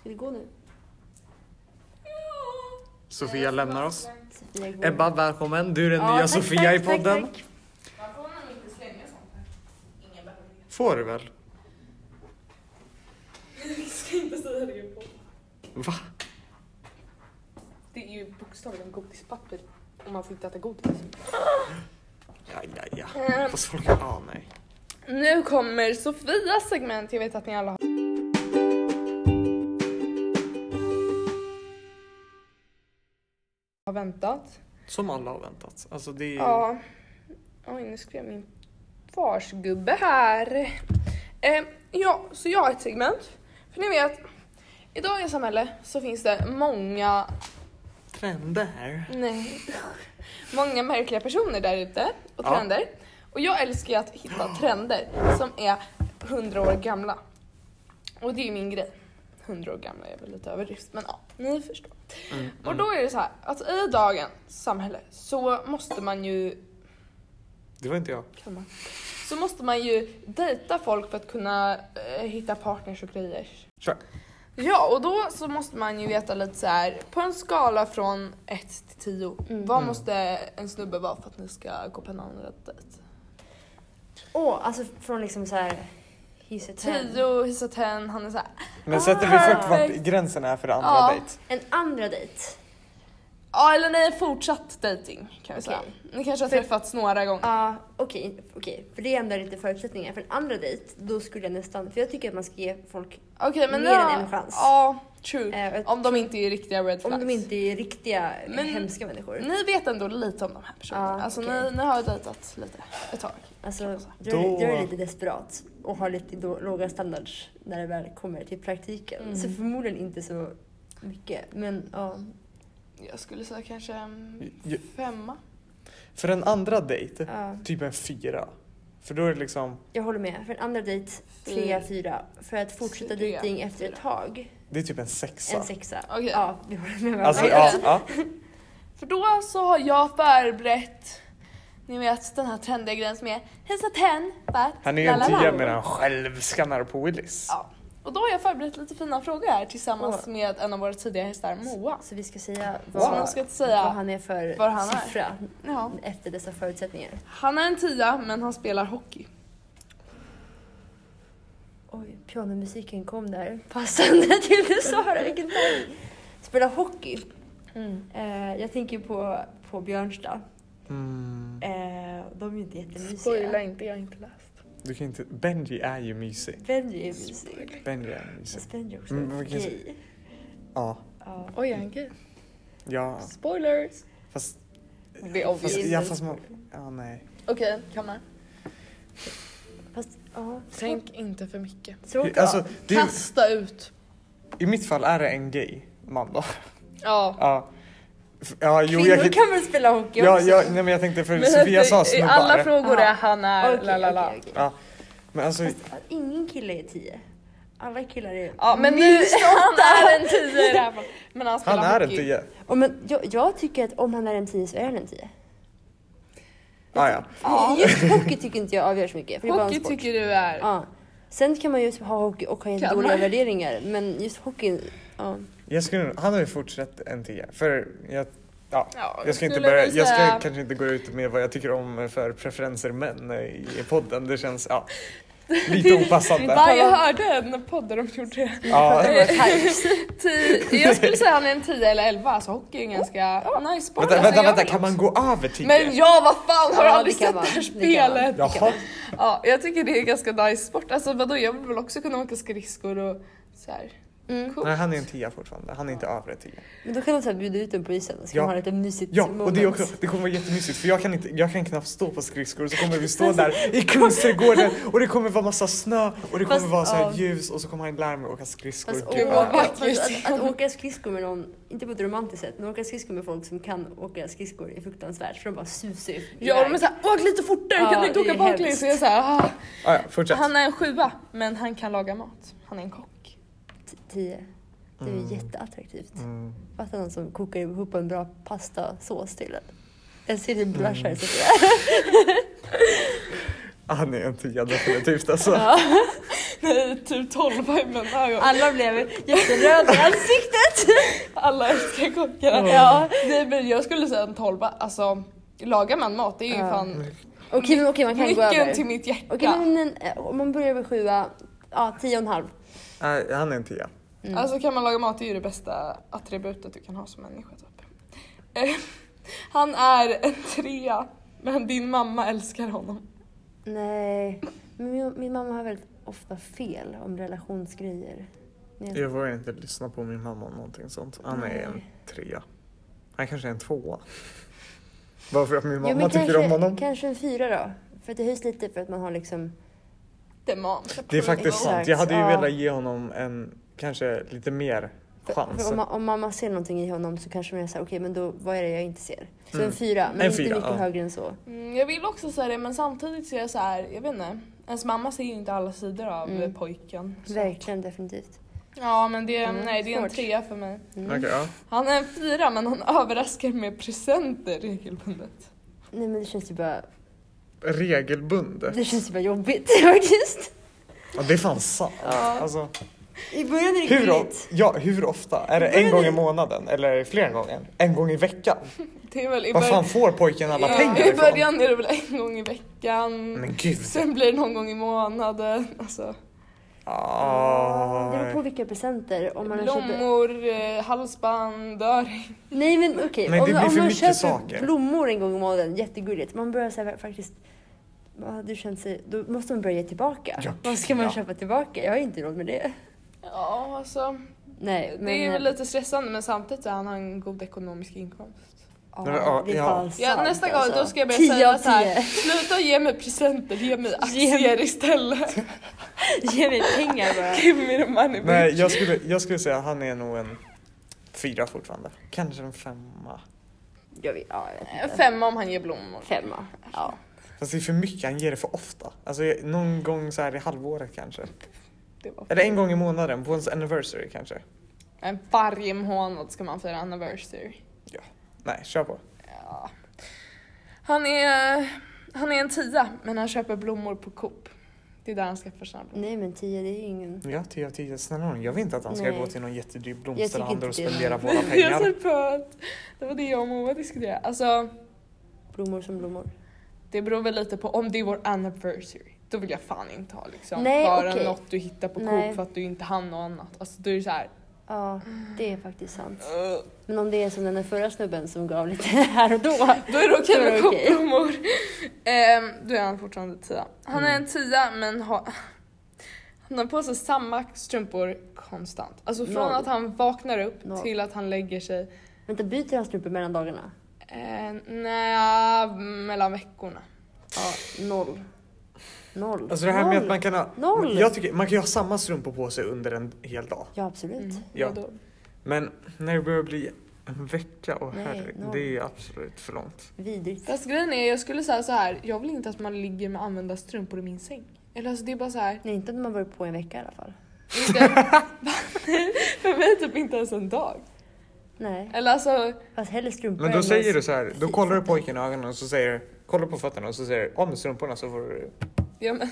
Speaker 3: ska vi gå nu?
Speaker 2: Sofia lämnar oss.
Speaker 3: Sofia går.
Speaker 2: Ebba, välkommen. Du är den
Speaker 3: Ja,
Speaker 2: nya
Speaker 3: tack,
Speaker 2: Sofia
Speaker 3: tack,
Speaker 2: i
Speaker 3: tack,
Speaker 2: podden.
Speaker 3: tack.
Speaker 4: Man får man inte slänga sånt här. Ingen behöver det.
Speaker 2: Får du väl?
Speaker 4: Jag ska inte säga det på.
Speaker 2: Va?
Speaker 4: Det är ju bokstavligen godispapper om man får inte äta godis.
Speaker 2: Ja, ja, ja.
Speaker 4: Ehm,
Speaker 2: Fast folk... Ja, nej.
Speaker 4: Nu kommer Sofias segment, jag vet att ni alla har. Har väntat.
Speaker 2: Som alla har väntat. Alltså det är ju...
Speaker 4: Ja. Oj, nu skrev min farsgubbe här. Eh, ja, så jag har ett segment. För ni vet, i dagens samhälle så finns det många
Speaker 2: trender.
Speaker 4: Nej. Många märkliga personer där ute och
Speaker 2: Ja.
Speaker 4: trender. Och jag älskar ju att hitta trender som är 100 år gamla. Och det är ju min grej. 100 år gamla är väl lite överdrift men ja, ni förstår.
Speaker 2: Mm,
Speaker 4: Och då är det så här att i dagens samhälle så måste man ju,
Speaker 2: Det var inte jag.
Speaker 4: kan man, så måste man ju dejta folk för att kunna eh, hitta partners och grejer.
Speaker 2: Kör.
Speaker 4: Ja, och då så måste man ju veta lite så här på en skala från 1 till 10.
Speaker 3: Mm.
Speaker 4: Vad
Speaker 2: Mm.
Speaker 4: måste en snubbe vara för att ni ska gå på en andra dejt?
Speaker 3: Åh, alltså från liksom så här... He's a 10.
Speaker 4: 10, hissa tenn, han är så här.
Speaker 2: Men sätter vi
Speaker 4: Ah.
Speaker 2: först vart gränsen är för andra
Speaker 4: Ja.
Speaker 2: dejt?
Speaker 3: En andra dejt.
Speaker 4: Ja, eller nej, fortsatt dejting kan vi säga.
Speaker 3: Okej.
Speaker 4: Ni kanske har
Speaker 3: För-
Speaker 4: träffats några gånger.
Speaker 3: Ja, okej, okej. För det är ändå lite förutsättningar. För en andra dejt, då skulle jag nästan... För jag tycker att man ska ge folk...
Speaker 4: Okej, men
Speaker 3: mer
Speaker 4: ja,
Speaker 3: än en chans.
Speaker 4: Ja, true.
Speaker 3: Eh, ett-
Speaker 4: Om de inte är riktiga red
Speaker 3: om
Speaker 4: flags.
Speaker 3: de inte är riktiga
Speaker 4: Men- Mm.
Speaker 3: hemska människor.
Speaker 4: Ni vet ändå lite om de här personerna.
Speaker 3: Ja,
Speaker 4: alltså
Speaker 3: okej.
Speaker 4: ni, ni har dejtat lite ett tag.
Speaker 3: Alltså, då,
Speaker 2: Då-
Speaker 3: då är det lite desperat och har lite då, låga standards när det väl kommer till praktiken.
Speaker 4: Mm.
Speaker 3: Så förmodligen inte så mycket. Men ja,
Speaker 2: Mm.
Speaker 4: Jag skulle säga kanske mm,
Speaker 2: Ju-
Speaker 4: femma.
Speaker 2: För en andra dejt,
Speaker 3: ja,
Speaker 2: typ en fyra. För då är det liksom,
Speaker 3: jag håller med. För en andra dejt, trea, fyra. För att fortsätta
Speaker 4: Mm. Tre,
Speaker 3: dejting efter
Speaker 4: fyra.
Speaker 3: ett tag,
Speaker 2: det är typ en sexa.
Speaker 3: en sexa.
Speaker 4: Okej.
Speaker 3: Ja, vi håller med varandra.
Speaker 2: Alltså,
Speaker 4: Okej.
Speaker 2: ja, ja.
Speaker 4: För då så har jag förberett, ni vet den här trendiga grejen som är hissa tenn, but
Speaker 2: Han är ju
Speaker 4: la,
Speaker 2: en
Speaker 4: la, la.
Speaker 2: tia medan han själv skannar på Willis.
Speaker 4: Ja. Och då har jag förberett lite fina frågor här tillsammans
Speaker 3: Åh.
Speaker 4: med en av våra tidigare hästar, Moa.
Speaker 3: Så vi ska säga
Speaker 4: Så
Speaker 3: vad,
Speaker 4: man ska inte
Speaker 3: vad
Speaker 4: säga,
Speaker 3: han är för
Speaker 4: vad han är.
Speaker 3: siffra
Speaker 4: ja.
Speaker 3: efter dessa förutsättningar.
Speaker 4: Han är en tia men han spelar hockey.
Speaker 3: Oj, pianomusiken kom där. Passande till du sa det, vilken färg! Spela hockey.
Speaker 4: Mm.
Speaker 3: Eh, jag tänker på, på Björnstad.
Speaker 2: Mm,
Speaker 3: Eh, de är ju inte jättemysiga.
Speaker 4: inte, jag har inte läst.
Speaker 2: du kan inte... Benji är ju mysig.
Speaker 3: Benji är mysig.
Speaker 2: Benji är mysig.
Speaker 3: Fast Benji är också
Speaker 2: Mm, vi kan se-
Speaker 3: gay.
Speaker 2: Ja,
Speaker 3: Ja.
Speaker 4: Oj, han gay.
Speaker 2: ja.
Speaker 4: Spoilers!
Speaker 2: Fast...
Speaker 4: Det är obvious.
Speaker 2: fast, ja, fast man, ja, nej.
Speaker 4: Okej, kan man?
Speaker 3: Fast, ja.
Speaker 4: Tänk inte för mycket.
Speaker 3: Tråkigt.
Speaker 2: Alltså, det är,
Speaker 4: Kasta ut.
Speaker 2: I mitt fall är det en gay man då.
Speaker 4: Ja.
Speaker 2: Ja. F- Ja, jo,
Speaker 3: Kvinnor
Speaker 2: jag kan...
Speaker 3: kan väl spela hockey
Speaker 2: Ja,
Speaker 3: också?
Speaker 2: ja, nej, men jag tänkte för Sofia sa
Speaker 4: i alla
Speaker 2: snubbar.
Speaker 4: frågor är
Speaker 3: Ja.
Speaker 4: han är
Speaker 3: Okej,
Speaker 4: la la la.
Speaker 3: okej, okej.
Speaker 2: Ja. Men alltså,
Speaker 3: Fast, ja, ingen kille är tio. Alla killar är...
Speaker 4: Ja men nu, han är en tia i det här fallet. Men han spelar
Speaker 2: han är en
Speaker 4: hockey.
Speaker 2: tia.
Speaker 3: Och men, jag, jag tycker att om han är en tio så är han en tio.
Speaker 2: Ah, ja.
Speaker 4: Ja.
Speaker 3: Just hockey tycker inte jag avgör så mycket. För det är bara en
Speaker 4: Hockey
Speaker 3: sport.
Speaker 4: tycker du är...
Speaker 3: Ja. Sen kan man ju ha hockey och ha jättedåliga
Speaker 4: man?
Speaker 3: värderingar, men just hockey... Ja.
Speaker 2: Jag skulle, han har ju fortsatt en tia. För jag, ja.
Speaker 4: Ja,
Speaker 2: jag ska inte
Speaker 4: skulle
Speaker 2: börja,
Speaker 4: väl
Speaker 2: jag
Speaker 4: säga-
Speaker 2: ska kanske inte gå ut med vad jag tycker om för preferenser män i i podden. Det känns, ja. Lite opassande.
Speaker 4: Va, jag hörde en podd där de gjorde det.
Speaker 2: Ja.
Speaker 4: Ti- Jag skulle säga han är en 10 eller 11, alltså hockey är en ganska nice sport.
Speaker 2: Vänta,
Speaker 4: Alltså,
Speaker 2: vänta,
Speaker 4: jag
Speaker 2: vänta,
Speaker 4: vill
Speaker 2: kan man
Speaker 4: också-
Speaker 2: gå över tia?
Speaker 4: Men ja, vad fan har
Speaker 3: Ja,
Speaker 4: aldrig
Speaker 3: det kan
Speaker 4: sett det här
Speaker 3: man. Det kan man.
Speaker 4: spelet?
Speaker 2: Jaha.
Speaker 4: Ja, jag tycker det är ganska nice sport. Alltså vadå, jag vill väl också kunna åka skridskor och så här.
Speaker 3: Mm.
Speaker 4: Coolt.
Speaker 2: Nej, han är en tia fortfarande. Han är inte över en tia.
Speaker 3: Men då kan de så här bjuda ut den på isen och så kan
Speaker 2: Ja.
Speaker 3: man ha lite mysigt
Speaker 2: Ja,
Speaker 3: moment.
Speaker 2: och det, är också, det kommer vara jättemysigt för jag kan, inte, jag kan knappt stå på skridskor och så kommer vi stå där i Kungsträdgården och det kommer vara massa snö och det kommer
Speaker 3: Fast,
Speaker 2: vara så här
Speaker 3: ja.
Speaker 2: ljus och så kommer han lära mig att åka skridskor.
Speaker 3: Fast,
Speaker 2: Gud,
Speaker 3: åh,
Speaker 4: vad
Speaker 2: vad-
Speaker 4: vackert.
Speaker 3: fast att, att åka skridskor med någon, inte på ett romantiskt sätt, men åka skridskor med folk som kan åka skridskor är fruktansvärt för de bara susar iväg.
Speaker 4: Ja, de är såhär åk lite fortare,
Speaker 3: Ja,
Speaker 4: kan du inte
Speaker 3: det
Speaker 4: åka
Speaker 3: är hemskt.
Speaker 4: baklänges? Så jag är så här, "Ah."
Speaker 2: ah, ja, fortsätt.
Speaker 4: Han är en sjua, men han kan laga mat. Han är en kock.
Speaker 3: T- Tio. Det är ju
Speaker 2: Mm.
Speaker 3: jätteattraktivt.
Speaker 2: Mm.
Speaker 3: Fatta någon som kokar ihop en bra pastasås till en. Jag ser dig blusha
Speaker 2: Mm.
Speaker 3: Sofia.
Speaker 2: Han är en tia definitivt alltså.
Speaker 3: Ja.
Speaker 4: Nej, typ 12 var jag med den här gången.
Speaker 3: Alla blev jätteröda i ansiktet.
Speaker 4: Alla älskar kockarna.
Speaker 3: Ja.
Speaker 4: Nej men jag skulle säga en 12 alltså lagar man mat det är ju
Speaker 3: Ja.
Speaker 4: fan
Speaker 3: Okej, men okej man kan gå över.
Speaker 4: nyckeln till mitt hjärta.
Speaker 3: Okej, men en, eh, om man börjar med sjua, ja tio och en halv.
Speaker 2: Nej, han är en tia.
Speaker 3: Mm.
Speaker 4: Alltså kan man laga mat det är ju det bästa attributet du kan ha som människa typ. Eh, Han är en trea men din mamma älskar honom.
Speaker 3: Nej, men min, min mamma har väldigt ofta fel om relationsgrejer. Nej.
Speaker 2: Jag vågar inte lyssna på min mamma om någonting sånt. Han är en trea. Han kanske är en tvåa. Bara för att min
Speaker 3: Jo,
Speaker 2: mamma
Speaker 3: men
Speaker 2: tycker
Speaker 3: kanske,
Speaker 2: om honom.
Speaker 3: Kanske en fyra då. För att det höjs lite för att man har liksom...
Speaker 4: Det man.
Speaker 2: Det är faktiskt
Speaker 3: Exakt,
Speaker 2: sant. Jag hade ju
Speaker 3: ja.
Speaker 2: velat ge honom en, kanske lite mer
Speaker 3: För,
Speaker 2: chans.
Speaker 3: för om, ma- om mamma ser någonting i honom så kanske man är såhär, okej men då, vad är det jag inte ser? Så
Speaker 2: Mm.
Speaker 3: en fyra, men
Speaker 2: En
Speaker 3: inte
Speaker 2: fyra,
Speaker 3: mycket
Speaker 2: ja.
Speaker 3: högre än så.
Speaker 4: Mm, jag vill också säga det men samtidigt så är jag så här, jag vet inte. Ens mamma ser ju inte alla sidor av
Speaker 3: Mm.
Speaker 4: eh, pojken. så.
Speaker 3: Verkligen, definitivt.
Speaker 4: Ja men det,
Speaker 3: Mm,
Speaker 4: nej, det är en
Speaker 3: svårt.
Speaker 4: trea för mig.
Speaker 3: Mm.
Speaker 2: Okej, ja.
Speaker 4: Han är en fyra men han överraskar med presenter regelbundet.
Speaker 3: Nej men det känns ju bara,
Speaker 2: Regelbundet.
Speaker 3: det känns ju bara jobbigt faktiskt.
Speaker 2: Ja, det är fan sant.
Speaker 3: Ja.
Speaker 2: Alltså,
Speaker 3: I början är det
Speaker 2: hur, o-
Speaker 3: gulligt.
Speaker 2: ja, hur ofta? Är det
Speaker 3: Börjar
Speaker 2: en gång
Speaker 3: ni-
Speaker 2: i månaden eller flera gånger? En gång i veckan?
Speaker 4: Det är väl i,
Speaker 2: Vad
Speaker 4: bör-
Speaker 2: fan får pojken alla
Speaker 4: Ja,
Speaker 2: pengar
Speaker 4: I
Speaker 2: ifrån?
Speaker 4: början är det väl en gång i veckan.
Speaker 2: Men gud.
Speaker 4: Sen blir det någon gång i månaden. Alltså,
Speaker 2: Ah.
Speaker 3: Det beror på vilka presenter. Om man har köpt...
Speaker 4: blommor, eh, halsband, öring.
Speaker 3: Nej men okej,
Speaker 2: Men det
Speaker 3: om,
Speaker 2: blir
Speaker 3: om
Speaker 2: för
Speaker 3: man
Speaker 2: mycket
Speaker 3: köper
Speaker 2: saker.
Speaker 3: blommor en gång i månaden, jättegulligt. Man börjar så här, faktiskt, ja, det känns, då måste man börja ge tillbaka.
Speaker 2: Ja,
Speaker 3: Vad ska man
Speaker 2: ja.
Speaker 3: köpa tillbaka? Jag har inte råd med det.
Speaker 4: Ja, alltså.
Speaker 3: Nej, men...
Speaker 4: det är väl lite stressande men samtidigt så har han en god ekonomisk inkomst.
Speaker 3: ja,
Speaker 2: Nej, men, ja,
Speaker 3: det är
Speaker 2: ja.
Speaker 3: fan sant,
Speaker 4: Ja, nästa gång
Speaker 3: alltså.
Speaker 4: då ska jag börja
Speaker 3: Tio
Speaker 4: säga
Speaker 3: av
Speaker 4: så här.
Speaker 3: tio.
Speaker 4: Sluta ge mig presenter, ge mig
Speaker 3: Ge
Speaker 4: aktier istället.
Speaker 3: Ge mig pengar bara.
Speaker 4: Give me the money
Speaker 2: Nej,
Speaker 4: bitch.
Speaker 2: jag skulle, jag skulle säga att han är nog en fyra fortfarande. Kanske en femma.
Speaker 3: Jag vet, ja, jag vet inte.
Speaker 4: Femma om han ger blommor.
Speaker 3: Femma. Ja.
Speaker 2: Fast det är för mycket, han ger det för ofta. Alltså jag- någon gång så här i halvåret kanske.
Speaker 4: Det var
Speaker 2: Eller en gång i månaden, på ens anniversary kanske.
Speaker 4: Nej, Varje månad ska man fira anniversary.
Speaker 2: Nej, kör på.
Speaker 4: Ja. Han är, han är en tia men han köper blommor på Coop. Det är där han skaffar sina blommor.
Speaker 3: Nej men tio, det är ingen...
Speaker 2: Ja, tio av tio. Snälla nån, jag vill inte att han ska
Speaker 3: Nej.
Speaker 2: gå till någon jättedyr
Speaker 3: Jag tycker
Speaker 2: blomsterhandel och
Speaker 3: inte det.
Speaker 2: spendera våra
Speaker 4: Jag
Speaker 2: pengar.
Speaker 4: är så pöt. Det var det jag och Moa diskuterade. Alltså,
Speaker 3: Blommor som blommor.
Speaker 4: det beror väl lite på om det är vår anniversary. Då vill jag fan inte ha liksom
Speaker 3: Nej,
Speaker 4: bara
Speaker 3: okej.
Speaker 4: något du hittar på
Speaker 3: Nej.
Speaker 4: Coop för att du inte hann något annat. Alltså då är det såhär...
Speaker 3: Ja, det är faktiskt sant.
Speaker 4: Uh,
Speaker 3: Men om det är som den där förra snubben som gav lite här och då.
Speaker 4: då är det okej
Speaker 3: Då är
Speaker 4: med
Speaker 3: det okej.
Speaker 4: Coop-blommor. Ehm, då är han fortfarande tia. Han är
Speaker 2: Mm.
Speaker 4: en tia men har... Han har på sig samma strumpor konstant. Alltså från
Speaker 3: Noll.
Speaker 4: att han vaknar upp
Speaker 3: Noll.
Speaker 4: till att han lägger sig.
Speaker 3: Vänta, byter han strumpor mellan dagarna?
Speaker 4: Eh, nej, mellan veckorna.
Speaker 3: Ja, noll. Noll.
Speaker 2: Alltså det här med
Speaker 3: Noll.
Speaker 2: att man kan ha...
Speaker 3: Noll.
Speaker 2: Jag tycker, man kan ju ha samma strumpor på sig under en hel dag.
Speaker 3: Ja, absolut.
Speaker 2: Ja.
Speaker 4: Mm. vadå?
Speaker 2: Men när det börjar bli en vecka, och
Speaker 3: Nej,
Speaker 2: herregud,
Speaker 3: noll.
Speaker 2: det är ju absolut för långt.
Speaker 3: Vidrigt.
Speaker 4: Fast grejen är, jag skulle säga så här. jag vill inte att man ligger med använda strumpor i min säng. Eller alltså det är bara så här.
Speaker 3: Nej, inte om man varit på en vecka i alla fall.
Speaker 4: Inte, för mig typ inte ens en dag.
Speaker 3: Nej,
Speaker 4: Eller alltså,
Speaker 3: fast hellre strumpor
Speaker 2: Men då
Speaker 3: än
Speaker 2: säger du
Speaker 3: någon-
Speaker 2: så här, då kollar du pojken i ögonen och så säger du, kollar på fötterna och så säger du, om strumporna så får du...
Speaker 4: ja, men,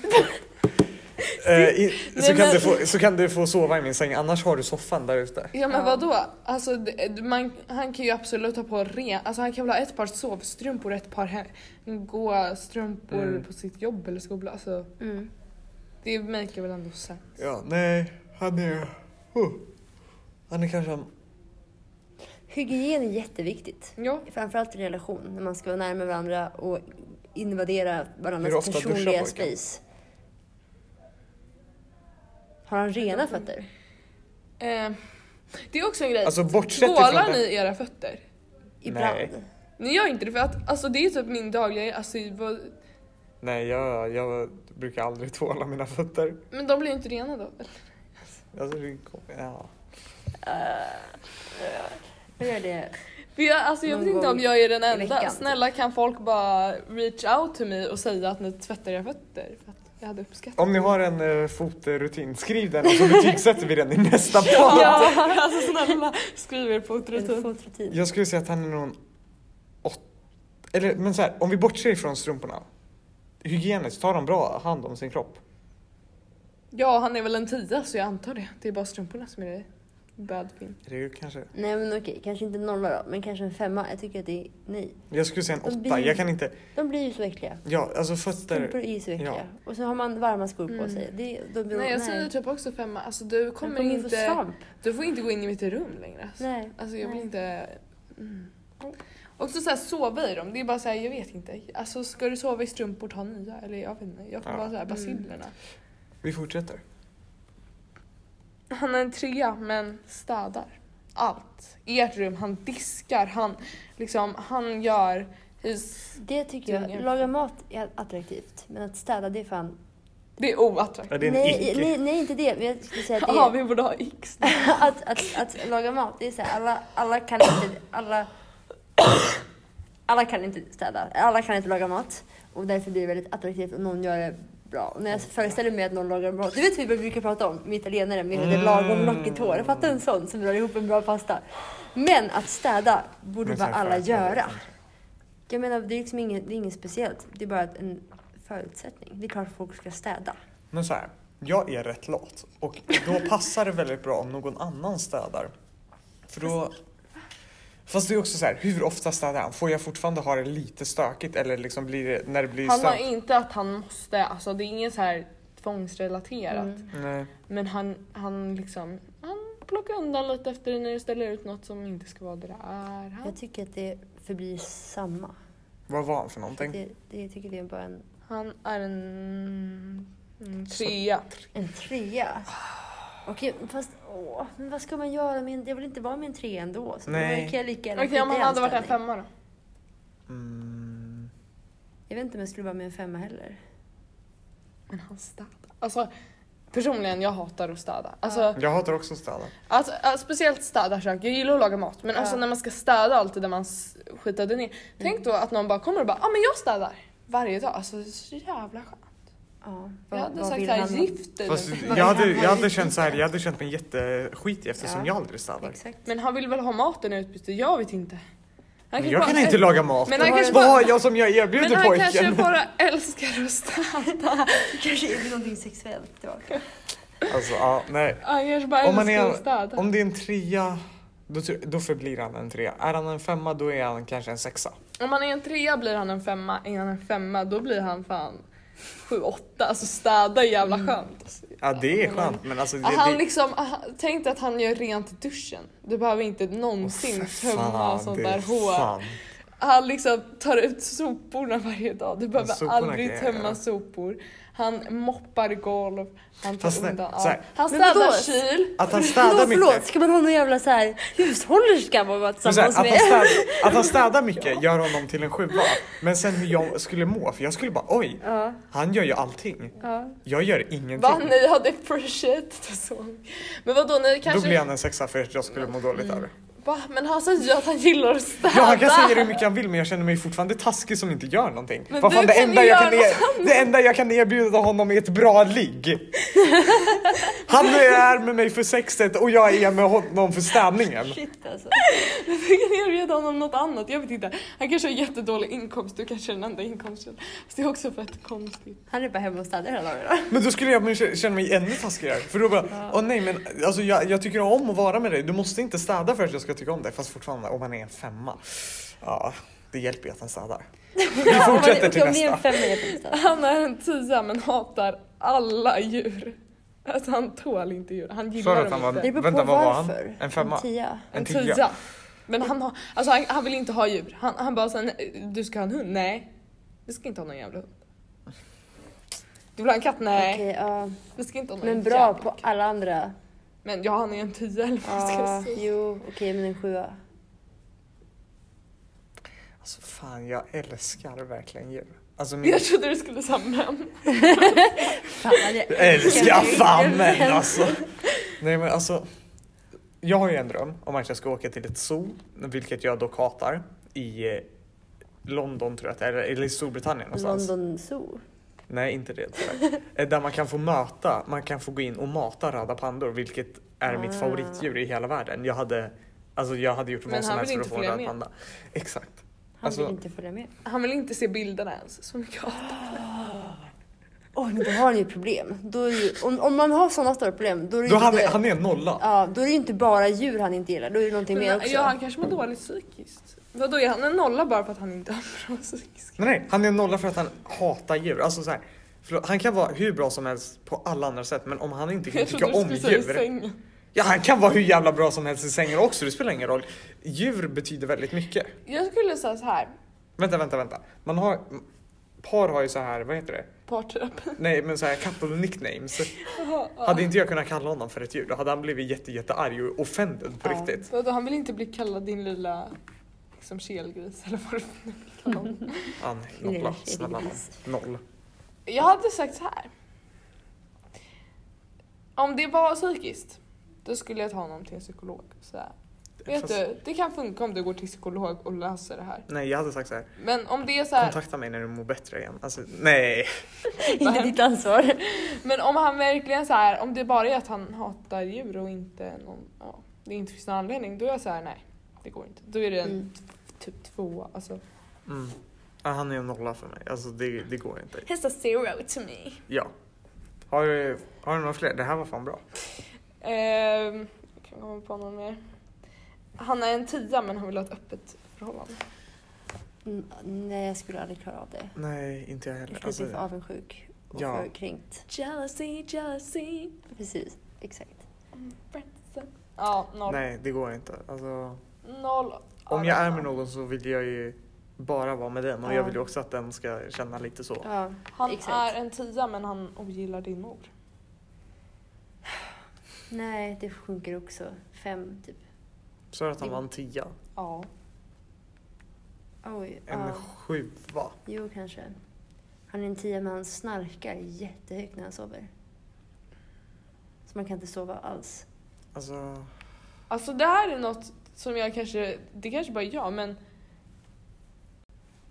Speaker 2: Eh, i, så,
Speaker 4: Nej,
Speaker 2: kan
Speaker 4: men-
Speaker 2: du få, så kan du få sova i min säng, annars har du soffan där ute.
Speaker 4: ja, men
Speaker 3: Ja.
Speaker 4: vadå? Alltså, det- man, han kan ju absolut ha på ren, alltså han kan väl ha ett par sovstrumpor och ett par he- goa strumpor
Speaker 2: Mm.
Speaker 4: på sitt jobb eller skola. Alltså,
Speaker 3: Mm.
Speaker 4: det maker väl ändå sense.
Speaker 2: Ja, nej, han är... Huh. Han är kanske en...
Speaker 3: Hygien är jätteviktigt.
Speaker 4: Ja.
Speaker 3: Framförallt i relation, när man ska vara närmare varandra och invadera
Speaker 2: Hur
Speaker 3: varandras
Speaker 2: ofta duschar
Speaker 3: personliga
Speaker 2: pojken?
Speaker 3: space. Har han rena fötter?
Speaker 4: Eh, det är också en grej.
Speaker 2: Alltså bortsett ifrån
Speaker 4: Tvålar
Speaker 2: det.
Speaker 4: ni era fötter?
Speaker 3: Ibland.
Speaker 2: Nej.
Speaker 4: Ni gör inte det för att alltså, det är typ min dagliga... Alltså, vad-
Speaker 2: Nej, jag, jag brukar aldrig tvåla mina fötter.
Speaker 4: men de blir ju inte rena då.
Speaker 2: Alltså, det kom, ja.
Speaker 3: Eh, Jag gör det.
Speaker 4: För jag, alltså, jag
Speaker 3: Någon
Speaker 4: vet inte om
Speaker 3: gång
Speaker 4: jag är den
Speaker 3: i
Speaker 4: enda.
Speaker 3: veckan. typ.
Speaker 4: Snälla kan folk bara reach out till mig och säga att ni tvättar era fötter? För att jag hade uppskattat
Speaker 2: Om ni har en eh, fotrutin, skriv den och så betygsätter vi den i nästa podd.
Speaker 4: det. Ja, alltså snälla skriv er på ett
Speaker 3: En
Speaker 4: rutin.
Speaker 3: fotrutin.
Speaker 2: Jag skulle säga att han är någon åt... Eller men så här, om vi bortser ifrån strumporna. hygieniskt, tar de bra hand om sin kropp?
Speaker 4: Ja, han är väl en tia så jag antar det. Det är bara strumporna som är bödfin.
Speaker 2: Det är ju kanske...
Speaker 3: Nej men okej, kanske inte en nolla då, men kanske en femma. Jag tycker att det är nej.
Speaker 2: Jag skulle säga en
Speaker 3: De
Speaker 2: åtta.
Speaker 3: blir-
Speaker 2: Jag kan inte...
Speaker 3: De blir ju så äckliga.
Speaker 2: Ja, alltså
Speaker 3: Strumpor
Speaker 2: fötter...
Speaker 3: är ju så äckliga.
Speaker 2: Ja.
Speaker 3: Och så har man varma skor på
Speaker 4: Mm.
Speaker 3: sig. Det, då blir
Speaker 4: Nej jag säger typ också femma. Alltså du
Speaker 3: Man
Speaker 4: kommer
Speaker 3: kommer ju få
Speaker 4: inte...
Speaker 3: svamp.
Speaker 4: Du får inte gå in i mitt rum längre. Alltså,
Speaker 3: Nej.
Speaker 4: alltså jag vill
Speaker 3: nej. Oh.
Speaker 4: inte... Mm.
Speaker 3: Nej.
Speaker 4: Också såhär sova i dem, det är bara såhär jag vet inte. Alltså ska du sova i strumpor ta nya eller jag vet inte. Jag får
Speaker 2: Ja.
Speaker 4: bara såhär
Speaker 3: Mm.
Speaker 4: bacillerna.
Speaker 2: Vi fortsätter.
Speaker 4: Han är en trea men städar allt. Ert rum, han diskar, han liksom, han gör... He's,
Speaker 3: Det tycker jag.
Speaker 4: Djungeln.
Speaker 3: Laga mat är attraktivt. Men att städa det är fan...
Speaker 4: det är oattraktivt.
Speaker 2: Ja, det är en
Speaker 3: nej,
Speaker 2: icke.
Speaker 3: nej, nej, inte det. Men jag skulle säga att det
Speaker 4: Ja,
Speaker 3: är...
Speaker 4: vi borde ha x.
Speaker 3: att, att, att laga mat, det är så här, alla, alla kan inte... Alla, alla kan inte städa. Alla kan inte laga mat. Och därför blir det väldigt attraktivt om någon gör det bra. Och när
Speaker 2: Mm.
Speaker 3: jag föreställer mig att någon lagar mat. Du vet hur vi brukar prata om med italienare med det
Speaker 2: Mm.
Speaker 3: lagom lockigt hår. Fatta en sån som drar ihop en bra pasta. Men att städa borde
Speaker 2: Men
Speaker 3: bara
Speaker 2: sen
Speaker 3: alla
Speaker 2: förutsättningar
Speaker 3: göra.
Speaker 2: kanske.
Speaker 3: Jag menar, det är liksom inget, det är inget speciellt. Det är bara en förutsättning. Det är klart folk ska städa.
Speaker 2: Men så här, jag är rätt lat och då passar det väldigt bra om någon annan städar. För då... Fast det är också så här, hur ofta städar han? Får jag fortfarande ha det lite stökigt eller liksom blir det, när det blir
Speaker 4: Han har
Speaker 2: stökigt?
Speaker 4: inte att han måste, alltså det är inget så här tvångsrelaterat.
Speaker 3: Mm.
Speaker 2: Nej.
Speaker 4: Men han, han liksom, han plockar undan lite efter det när du ställer ut något som inte ska vara där. Han,
Speaker 3: Jag tycker att det förblir samma.
Speaker 2: Vad var han för någonting?
Speaker 3: Det, det tycker det är bara en,
Speaker 4: han är en, en trea.
Speaker 3: en trea. Okej, fast åh, men vad ska man göra med en, Jag vill inte vara med en trea ändå. Så
Speaker 2: Nej.
Speaker 3: Nej. Kan jag lika gärna
Speaker 4: Okej om
Speaker 3: skita i
Speaker 4: han hade varit en
Speaker 3: anställning.
Speaker 4: femma då?
Speaker 2: Mm.
Speaker 3: Jag vet inte om jag skulle vara med en femma heller.
Speaker 4: Men han städar. Alltså personligen, jag hatar att städa. Alltså,
Speaker 2: Jag hatar också att städa.
Speaker 4: Alltså, äh, speciellt städa kök. Jag gillar att laga mat men
Speaker 3: Ja.
Speaker 4: alltså när man ska städa allt det där man s- skitade ner. Tänk då att någon bara kommer och bara ja ah, men jag städar varje dag. Alltså det är så jävla skönt.
Speaker 3: Ja,
Speaker 4: Jag
Speaker 3: vad-
Speaker 4: hade
Speaker 3: vad
Speaker 4: sagt
Speaker 3: vill
Speaker 4: såhär
Speaker 3: han-
Speaker 4: gift dig.
Speaker 2: Fast
Speaker 4: nu."
Speaker 3: Vad
Speaker 2: jag hade,
Speaker 3: är han?
Speaker 2: jag hade känt så här, jag hade känt mig jätteskitig eftersom
Speaker 3: Ja.
Speaker 2: jag aldrig städar.
Speaker 3: Exakt.
Speaker 4: Men han vill väl ha maten i utbyte? Jag vet inte. Han
Speaker 2: Men
Speaker 4: kanske
Speaker 2: jag
Speaker 4: bara
Speaker 2: kan
Speaker 4: äl-
Speaker 2: inte laga mat.
Speaker 4: Men han kanske
Speaker 2: Vad
Speaker 4: bara-
Speaker 2: har jag som jag
Speaker 4: Men
Speaker 2: erbjuder
Speaker 4: han kanske
Speaker 2: pojken?
Speaker 4: bara älskar att städa.
Speaker 3: Kanske är det någonting sexuellt tillbaka.
Speaker 2: Alltså, ja, nej.
Speaker 4: Han kanske bara
Speaker 2: Om man
Speaker 4: älskar
Speaker 2: är-
Speaker 4: att städa.
Speaker 2: Om det är en trea, då, tror- då förblir han en trea. Är han en femma, då är han kanske en sexa.
Speaker 4: Om man är en trea blir han en femma, är han en femma då blir han fan sju, åtta. Alltså städa är jävla skönt. Alltså,
Speaker 2: Ja, det är
Speaker 4: men-
Speaker 2: skönt, men alltså... Det,
Speaker 4: Han
Speaker 2: det-
Speaker 4: liksom, ah, tänk dig att han gör rent i duschen. Du behöver inte någonsin
Speaker 2: Åh, för
Speaker 4: tömma
Speaker 2: fan,
Speaker 4: sånt
Speaker 2: det
Speaker 4: där
Speaker 2: är
Speaker 4: hål.
Speaker 2: fan.
Speaker 4: Han liksom tar ut soporna varje dag. Du behöver
Speaker 2: soporna kan
Speaker 4: aldrig
Speaker 2: jag
Speaker 4: tömma
Speaker 2: göra.
Speaker 4: sopor. Han moppar golv. Han tar
Speaker 2: Fast nej,
Speaker 4: undan
Speaker 2: så här.
Speaker 4: allt. Han
Speaker 3: Men vadå?
Speaker 4: städar kyl.
Speaker 2: Att han städar
Speaker 3: Förlåt, förlåt,
Speaker 2: mycket...
Speaker 3: ska man ha någon jävla såhär hushållerska man vara
Speaker 2: Men så här,
Speaker 3: tillsammans
Speaker 2: att, han
Speaker 3: med?
Speaker 2: städar, att han städar mycket gör honom till en sjua. Men sen hur jag skulle må, för jag skulle bara oj,
Speaker 3: Ja,
Speaker 2: han gör ju allting.
Speaker 3: ja.
Speaker 2: Jag gör ingenting.
Speaker 4: Vad ni hade appreciated och så. Men vadå,
Speaker 2: Då
Speaker 4: ni
Speaker 2: blir
Speaker 4: kanske... Mm.
Speaker 2: han en sexa för att jag skulle må dåligt över.
Speaker 4: Va? Men han säger ju att han gillar att städa.
Speaker 2: Ja, han kan säga det hur mycket han vill men jag känner mig fortfarande taskig som inte gör någonting.
Speaker 4: Men
Speaker 2: Vad
Speaker 4: du
Speaker 2: fan, det,
Speaker 4: kan ju
Speaker 2: enda jag kan
Speaker 4: göra
Speaker 2: er, det enda jag kan erbjuda honom är ett bra ligg. Han är med mig för sexet och jag är med honom för städningen.
Speaker 3: Shit alltså.
Speaker 4: Du kan erbjuda honom något annat, jag vet inte. Han kanske har jättedålig inkomst, du kanske är den enda inkomsten. Så det är också fett konstigt.
Speaker 3: Han är bara hemma och städar hela dagarna.
Speaker 2: Men då skulle jag mig- känna mig ännu taskigare. För då bara, åh nej men alltså, jag, jag tycker om att vara med dig. Du måste inte städa för att jag ska tycka om dig. Fast fortfarande, om man är en femma. Ja, det hjälper ju att han städar. Vi fortsätter till
Speaker 3: Om det är en
Speaker 2: nästa.
Speaker 3: femma jag får städa.
Speaker 4: Han är en tia men hatar alla djur. Alltså han tål inte djur, han gillar dem inte.
Speaker 3: Det beror på varför.
Speaker 2: En femma?
Speaker 3: En tia.
Speaker 2: En
Speaker 4: En
Speaker 2: tia.
Speaker 4: tia. Men han, har, alltså han, han vill inte ha djur. Han, han bara såhär, du ska ha en hund? Nej. Du ska inte ha någon jävla hund. Du vill ha en katt? Nej.
Speaker 3: Okej, ja.
Speaker 4: Du ska inte ha någon
Speaker 3: Men bra
Speaker 4: jävla
Speaker 3: på
Speaker 4: katt.
Speaker 3: alla andra.
Speaker 4: Men ja, han är en tia eller vad ska
Speaker 3: Ja,
Speaker 4: jag säga?
Speaker 3: jo, okej men en sjua.
Speaker 2: Alltså fan, jag älskar verkligen djur. Alltså min...
Speaker 4: Jag trodde du skulle säga men.
Speaker 3: Fan, jag
Speaker 2: Jag älskar
Speaker 3: dig.
Speaker 2: fan men alltså. Nej men alltså. Jag har ju en dröm om att jag ska åka till ett zoo, vilket jag dock hatar. I eh, London tror jag att det är, eller i Storbritannien någonstans.
Speaker 3: London Zoo.
Speaker 2: Nej, inte det tyvärr. Eh, Där man kan få möta, man kan få gå in och mata röda pandor, vilket är mitt
Speaker 3: Ah.
Speaker 2: favoritdjur i hela världen. Jag hade, alltså jag hade gjort
Speaker 4: Men
Speaker 2: vad som
Speaker 4: han
Speaker 2: helst
Speaker 4: vill
Speaker 2: för att
Speaker 4: inte
Speaker 2: få en
Speaker 4: följa
Speaker 2: röd
Speaker 4: med.
Speaker 2: panda. Exakt.
Speaker 3: Han
Speaker 2: Alltså-
Speaker 3: vill inte följa med.
Speaker 4: Han vill inte se bilderna ens, så mycket hatar han.
Speaker 3: Oj, men då har han ju problem. Då är ju, om, om man har sådana stora problem, då är det
Speaker 2: Då
Speaker 3: ju
Speaker 2: han,
Speaker 3: inte,
Speaker 2: är- han är en nolla.
Speaker 3: ja, då är det ju inte bara djur han inte gillar, då är det ju någonting mer också.
Speaker 1: Ja, han kanske mår dåligt psykiskt. Vadå, är han en nolla bara för att han inte har bra psykisk?
Speaker 2: Nej, nej, han är en nolla för att han hatar djur. Alltså så här, förlåt, han kan vara hur bra som helst på alla andra sätt men om han inte kan
Speaker 4: Jag
Speaker 2: tycka
Speaker 4: trodde du
Speaker 2: om
Speaker 4: skulle säga i
Speaker 2: djur.
Speaker 4: sängen.
Speaker 2: Ja, han kan vara hur jävla bra som helst i sängen också, det spelar ingen roll. Djur betyder väldigt mycket.
Speaker 4: Jag skulle säga så här.
Speaker 2: Vänta, vänta, vänta. Man har... Par har ju så här, vad heter det?
Speaker 4: parterapi.
Speaker 2: Nej, men så här couple nicknames. Hade inte jag kunnat kalla honom för ett djur, då hade han blivit jätte, jättearg och offended på
Speaker 3: Ja.
Speaker 2: riktigt.
Speaker 4: Vadå, han vill inte bli kallad din lilla liksom, kelgris eller vad du nu vill kalla honom.
Speaker 2: Ah, nej, nolla,
Speaker 3: Nej,
Speaker 2: snälla nån.
Speaker 3: precis.
Speaker 2: Noll.
Speaker 4: Jag hade sagt så här. Om det var psykiskt, då skulle jag ta honom till en psykolog och säga Vet
Speaker 2: Fast-
Speaker 4: du, det kan funka om du går till psykolog och löser det här.
Speaker 2: Nej, jag hade sagt så här.
Speaker 4: Men om det är så här,
Speaker 2: kontakta mig när du mår bättre igen. Alltså, nej.
Speaker 3: Inte ditt ansvar.
Speaker 4: men om han verkligen så här, om det bara är att han hatar djur och inte någon, ja, det inte finns någon anledning, då är jag så här, nej, det går inte. Då är det en
Speaker 3: Mm.
Speaker 4: t- typ tvåa, alltså.
Speaker 2: Mm. Ja, han är en nolla för mig. Alltså, det, det går inte.
Speaker 4: He's a zero to me.
Speaker 2: Ja. Har du, har du några fler? Det här var fan bra.
Speaker 4: Ehm, jag kan komma på någon mer. Han är en tia men han vill ha ett öppet förhållande.
Speaker 3: Mm, Nej, jag skulle aldrig klara av det.
Speaker 2: Nej, inte jag
Speaker 3: Jag
Speaker 2: heller.
Speaker 3: skulle bli för
Speaker 2: Alltså,
Speaker 3: avundsjuk och
Speaker 2: Ja.
Speaker 3: för kränkt.
Speaker 1: Jealousy, jealousy.
Speaker 3: Precis, exakt.
Speaker 4: Ja, noll.
Speaker 2: nej, det går inte. Alltså,
Speaker 4: Noll.
Speaker 2: om jag är med någon så vill jag ju bara vara med den och
Speaker 3: Ja.
Speaker 2: jag vill ju också att den ska känna lite så.
Speaker 3: Ja,
Speaker 4: Han
Speaker 3: exakt.
Speaker 4: är en tia men han ogillar din mor.
Speaker 3: Nej, det sjunker också. Fem, typ.
Speaker 2: Så att han var en tia.
Speaker 4: Ja.
Speaker 3: Oj,
Speaker 2: En
Speaker 3: ja.
Speaker 2: sjua.
Speaker 3: Jo, kanske. Han är en tia, men han snarkar jättehögt när han sover. Så man kan inte sova alls.
Speaker 2: Alltså,
Speaker 4: Alltså det här är något som jag kanske, det kanske bara är jag men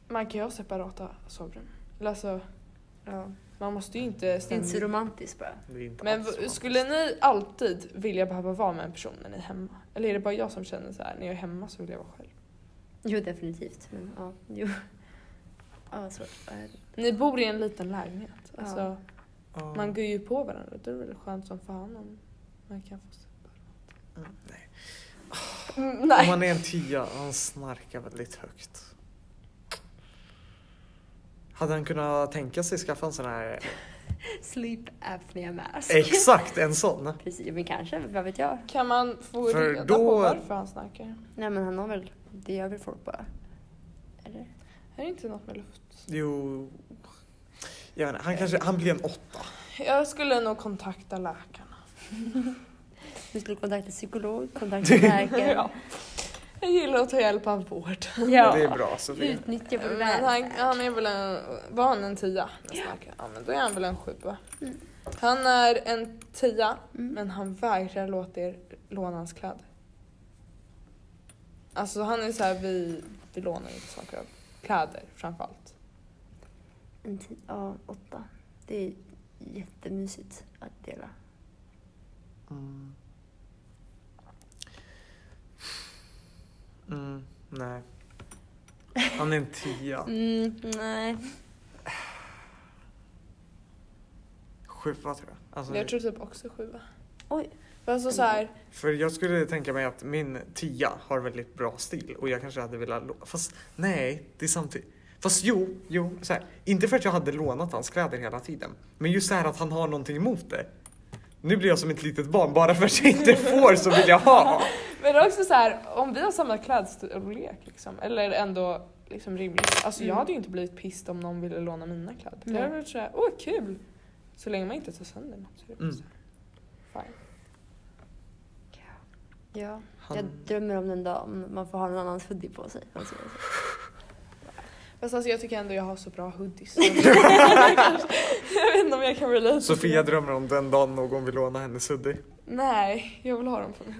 Speaker 4: man kan ju ha separata sovrum. Eller Alltså
Speaker 3: Ja.
Speaker 4: man måste ju
Speaker 3: Det
Speaker 4: inte
Speaker 3: är inte så
Speaker 4: ständigt.
Speaker 3: romantiskt bara.
Speaker 2: det är inte
Speaker 4: Men
Speaker 2: alls
Speaker 4: v-
Speaker 2: så.
Speaker 4: skulle ni alltid vilja behöva vara med en person när ni är hemma? Eller är det bara jag som känner så här när jag är hemma så vill jag vara själv?
Speaker 3: Jo, definitivt. Men ja, jo. Ja, svårt. Ja,
Speaker 4: Ni bor i en liten lägenhet. Alltså,
Speaker 3: Ja.
Speaker 2: Ja.
Speaker 4: Man går ju på varandra. Det är väl skönt som fan om man kan få
Speaker 2: Mm, nej.
Speaker 4: mm,
Speaker 2: Om
Speaker 4: Nej.
Speaker 2: man är en tia, han snarkar väldigt högt. Hade han kunnat tänka sig skaffa en sån här...
Speaker 3: Sleep apnea mask.
Speaker 2: Exakt, en sån.
Speaker 3: Precis, men kanske, vad vet jag?
Speaker 4: Kan man få
Speaker 2: För
Speaker 4: reda
Speaker 2: då-
Speaker 4: på varför han snarkar?
Speaker 3: Nej, men han har väl... Det gör väl folk bara? Eller?
Speaker 4: Är det inte något med luft?
Speaker 2: Jo... Jag vet inte, han kanske... Han blir en åtta.
Speaker 4: Jag skulle nog kontakta läkarna.
Speaker 3: Du skulle kontakta psykolog, kontakta läkare.
Speaker 4: Ja. Jag gillar att ta hjälp av vård.
Speaker 2: Det är bra, Sofia.
Speaker 3: Utnyttja vår
Speaker 4: Men han,
Speaker 3: välfärd.
Speaker 4: han är väl en... Var han en tia? när han snarkar? Ja, Mm. men då är han väl en sjua. Han är en tia,
Speaker 3: Mm.
Speaker 4: men han vägrar låta er låna hans kläder. Alltså han är så här, vi, vi lånar inte saker av kläder framförallt.
Speaker 3: En ti- ja, åtta. Det är jättemysigt att dela.
Speaker 2: Mm. Mm, nej. Han är en tia.
Speaker 3: Mm, nej.
Speaker 2: Sjua tror jag. Alltså,
Speaker 4: Jag tror typ också sjua.
Speaker 3: Oj.
Speaker 4: För alltså så här,
Speaker 2: För jag skulle tänka mig att min tia har väldigt bra stil och jag kanske hade velat låna. Fast nej, det är samtidigt. Fast jo, jo, så här. inte för att jag hade lånat hans kläder hela tiden. Men just så här att han har någonting emot det. Nu blir jag som ett litet barn, bara för att jag inte får så vill jag ha.
Speaker 4: men det är också så här, om vi har samma klädstorlek liksom, eller ändå liksom rimligt. Alltså jag hade ju inte blivit pissed om någon ville låna mina kläder. Jag hade
Speaker 3: Mm. Nej.
Speaker 4: varit såhär, åh kul! Så länge man inte tar sönder något så är det
Speaker 2: Mm.
Speaker 4: mm. fine.
Speaker 3: Ja.
Speaker 2: Han-
Speaker 3: Jag drömmer om den dagen man får ha någon annans hoodie på sig. Alltså,
Speaker 4: Fast alltså jag tycker ändå jag har så bra hoodies. jag vet inte om jag kan relate.
Speaker 2: Sofia drömmer om den dagen någon vill låna hennes hoodie.
Speaker 4: Nej, jag vill ha dem på mig.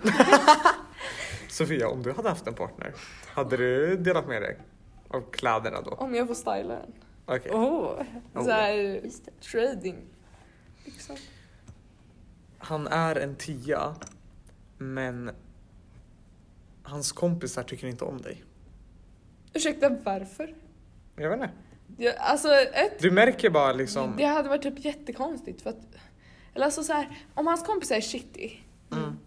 Speaker 2: Sofia, om du hade haft en partner, hade du delat med dig av kläderna då?
Speaker 4: Om jag får styla den.
Speaker 2: Okej.
Speaker 3: oh.
Speaker 2: Oh.
Speaker 4: Så här,
Speaker 3: Just det.
Speaker 4: trading. Liksom.
Speaker 2: Han är en tia, men hans kompisar tycker inte om dig.
Speaker 4: Ursäkta, varför?
Speaker 2: Jag vet inte.
Speaker 4: Jag, alltså ett,
Speaker 2: Du märker bara liksom...
Speaker 4: det hade varit typ jättekonstigt för att, eller alltså så här, om hans kompis är shitty,
Speaker 2: Mm.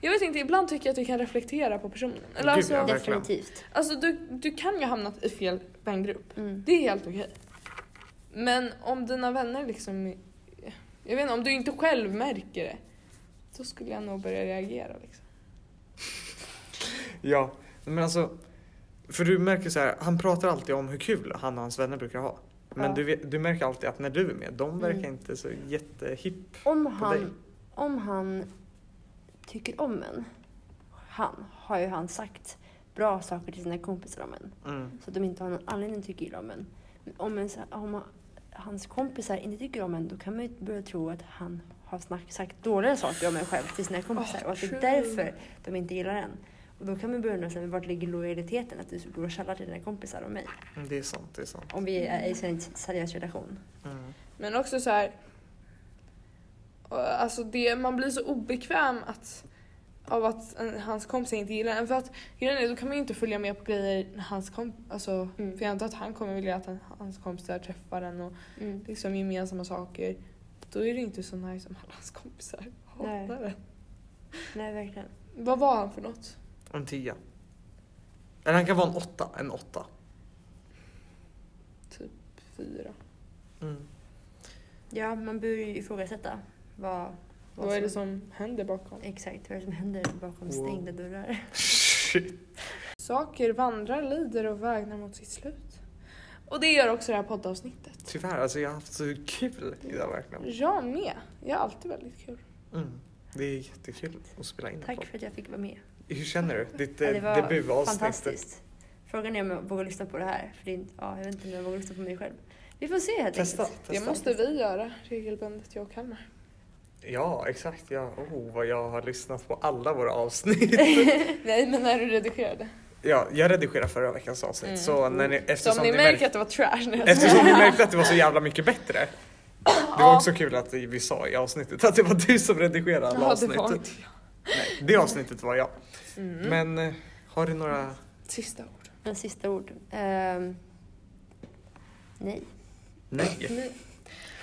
Speaker 4: jag vet inte, ibland tycker jag att vi kan reflektera på personen. Eller
Speaker 2: Gud,
Speaker 4: alltså,
Speaker 2: ja. verkligen.
Speaker 3: Definitivt.
Speaker 4: alltså du, du kan ju ha hamnat i fel vängrupp.
Speaker 3: Mm.
Speaker 4: Det är helt okej. Men om dina vänner liksom... Jag vet inte, om du inte själv märker det. Då skulle jag nog börja reagera liksom.
Speaker 2: Ja, men alltså... För du märker så här, han pratar alltid om hur kul han och hans vänner brukar ha. Men
Speaker 3: Ja.
Speaker 2: du, vet- du märker alltid att när du är med, de verkar
Speaker 3: Mm.
Speaker 2: inte så jättehipp.
Speaker 3: Om
Speaker 2: dig.
Speaker 3: han, om han tycker om en, han, har ju han sagt bra saker till sina kompisar om en.
Speaker 2: Mm.
Speaker 3: Så att de inte har någon anledning att tycka illa om en. Men om, en, om hans kompisar inte tycker om en då kan man ju börja tro att han har snack, sagt dåliga saker om en själv till sina kompisar och att det
Speaker 4: true.
Speaker 3: är därför de inte gillar en. Och då kan man börja undra sig, vart ligger lojaliteten? Att du går och tjallar till dina kompisar om mig.
Speaker 2: Mm, Det är sant, det är sant.
Speaker 3: Om vi är i en seriös relation.
Speaker 2: Mm.
Speaker 4: Men också så här... eh, Alltså det, man blir så obekväm att, av att en, hans kompisar inte gillar en. För att grejen är, då kan man ju inte följa med på grejer när hans komp... Alltså,
Speaker 3: Mm.
Speaker 4: För jag antar att han kommer vilja att han, hans kompisar träffar en och
Speaker 3: Mm.
Speaker 4: liksom gemensamma saker. Då är det inte så nice om alla hans kompisar
Speaker 3: Nej.
Speaker 4: hatar en.
Speaker 3: Nej, verkligen.
Speaker 4: Vad var han för något?
Speaker 2: En tia. Eller han kan vara en åtta, en åtta.
Speaker 4: Fyra.
Speaker 2: Mm.
Speaker 3: Ja, man bör ju ifrågasätta vad, vad
Speaker 4: Vad är det som Mm. händer bakom?
Speaker 3: Exakt, vad är det som händer bakom
Speaker 2: Wow.
Speaker 3: stängda dörrar.
Speaker 2: Shit.
Speaker 4: Saker vandrar, lider och vägnar mot sitt slut. Och det gör också det här poddavsnittet.
Speaker 2: Tyvärr, alltså jag har haft så kul idag verkligen.
Speaker 4: Jag med. Jag har alltid väldigt kul.
Speaker 2: Mm. Det är jättekul att spela in.
Speaker 3: Tack
Speaker 2: på.
Speaker 3: för att jag fick vara med.
Speaker 2: Hur känner du? Ditt
Speaker 3: Ja,
Speaker 2: eh,
Speaker 3: det var
Speaker 2: debutavsnitt.
Speaker 3: Fantastiskt. Frågan är om jag vågar lyssna på det här. För det är inte, ja, jag vet inte om jag vågar lyssna på mig själv. Vi får se helt
Speaker 2: Testa,
Speaker 3: enkelt.
Speaker 2: testa.
Speaker 4: Det måste vi göra regelbundet, jag och Kalmar.
Speaker 2: Ja, exakt. Ja, oh, vad jag har lyssnat på alla våra avsnitt.
Speaker 4: Nej, men när du redigerade.
Speaker 2: Ja, jag redigerade förra veckans avsnitt.
Speaker 4: Mm.
Speaker 2: Så när ni,
Speaker 4: Så om
Speaker 2: eftersom,
Speaker 4: ni
Speaker 2: ni
Speaker 4: märker
Speaker 2: märk-
Speaker 4: att det var trash när jag
Speaker 2: eftersom ni märkte att det var så jävla mycket bättre. Det var
Speaker 4: Ja.
Speaker 2: också kul att vi sa i avsnittet att det var du som redigerade alla
Speaker 4: Ja, det
Speaker 2: avsnitt.
Speaker 4: var inte
Speaker 2: Nej, det avsnittet var jag.
Speaker 4: jag. Mm.
Speaker 2: Men eh, har du några...
Speaker 4: Sista ord.
Speaker 3: Men sista ord. Ehm, nej.
Speaker 2: Nej.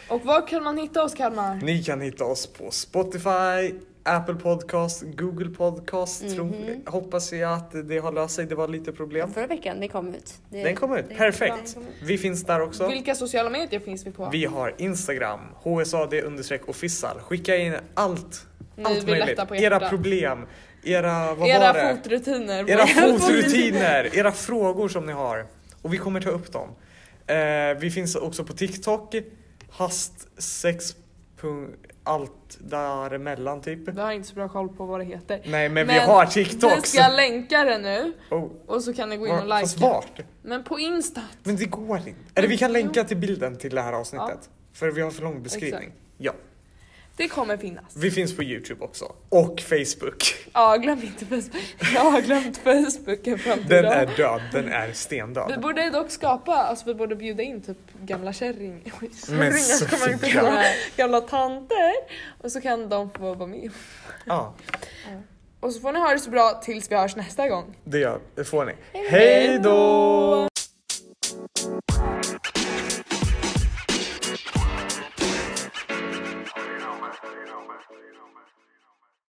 Speaker 4: Och var kan man hitta oss Kalmar?
Speaker 2: Ni kan hitta oss på Spotify, Apple Podcast, Google Podcast.
Speaker 3: Mhm.
Speaker 2: Tro, hoppas jag att det har löst sig. Det var lite problem.
Speaker 3: Förra veckan, den kom ut. Det-
Speaker 2: Den kom ut.
Speaker 3: det-
Speaker 2: Perfekt.
Speaker 3: den kom ut.
Speaker 2: Vi finns där också.
Speaker 4: Vilka sociala medier finns vi på?
Speaker 2: Vi har Instagram, HSAD understreck official. Skicka in allt,
Speaker 4: Ni
Speaker 2: allt
Speaker 4: vill
Speaker 2: möjligt.
Speaker 4: lätta på
Speaker 2: era
Speaker 4: hjärtat.
Speaker 2: problem, era, vad var
Speaker 4: Era
Speaker 2: det?
Speaker 4: fotrutiner.
Speaker 2: Era fotrutiner, era frågor som ni har. Och vi kommer ta upp dem. Eh, vi finns också på TikTok, hast 6. allt däremellan typ.
Speaker 4: Jag har inte så bra koll på vad det heter.
Speaker 2: Nej men, vi har TikTok.
Speaker 4: Vi ska länka det nu
Speaker 2: Oh,
Speaker 4: och så kan ni gå in och
Speaker 2: var, fast
Speaker 4: likea.
Speaker 2: vart?
Speaker 4: Men på Insta.
Speaker 2: Men det går inte. Eller vi
Speaker 4: Mm.
Speaker 2: kan länka till bilden till det här avsnittet. För vi har för lång beskrivning.
Speaker 4: Exakt.
Speaker 2: Ja.
Speaker 4: Det kommer finnas.
Speaker 2: Vi finns på Youtube också. Och Facebook.
Speaker 4: Ja, glöm inte Facebook. Jag har glömt Facebooken fram till
Speaker 2: Den
Speaker 4: idag.
Speaker 2: är död, den är
Speaker 4: Vi
Speaker 2: stendöd.
Speaker 4: borde dock skapa, alltså vi borde bjuda in typ gamla kärring...
Speaker 2: Men
Speaker 4: kärringar kommer jag inte
Speaker 2: Sofia.
Speaker 4: ihåg. Gamla tanter. Och så kan de få vara med.
Speaker 2: Ja,
Speaker 4: Och så får ni ha det så bra tills vi hörs nästa gång.
Speaker 2: det gör, det får ni. Hej då!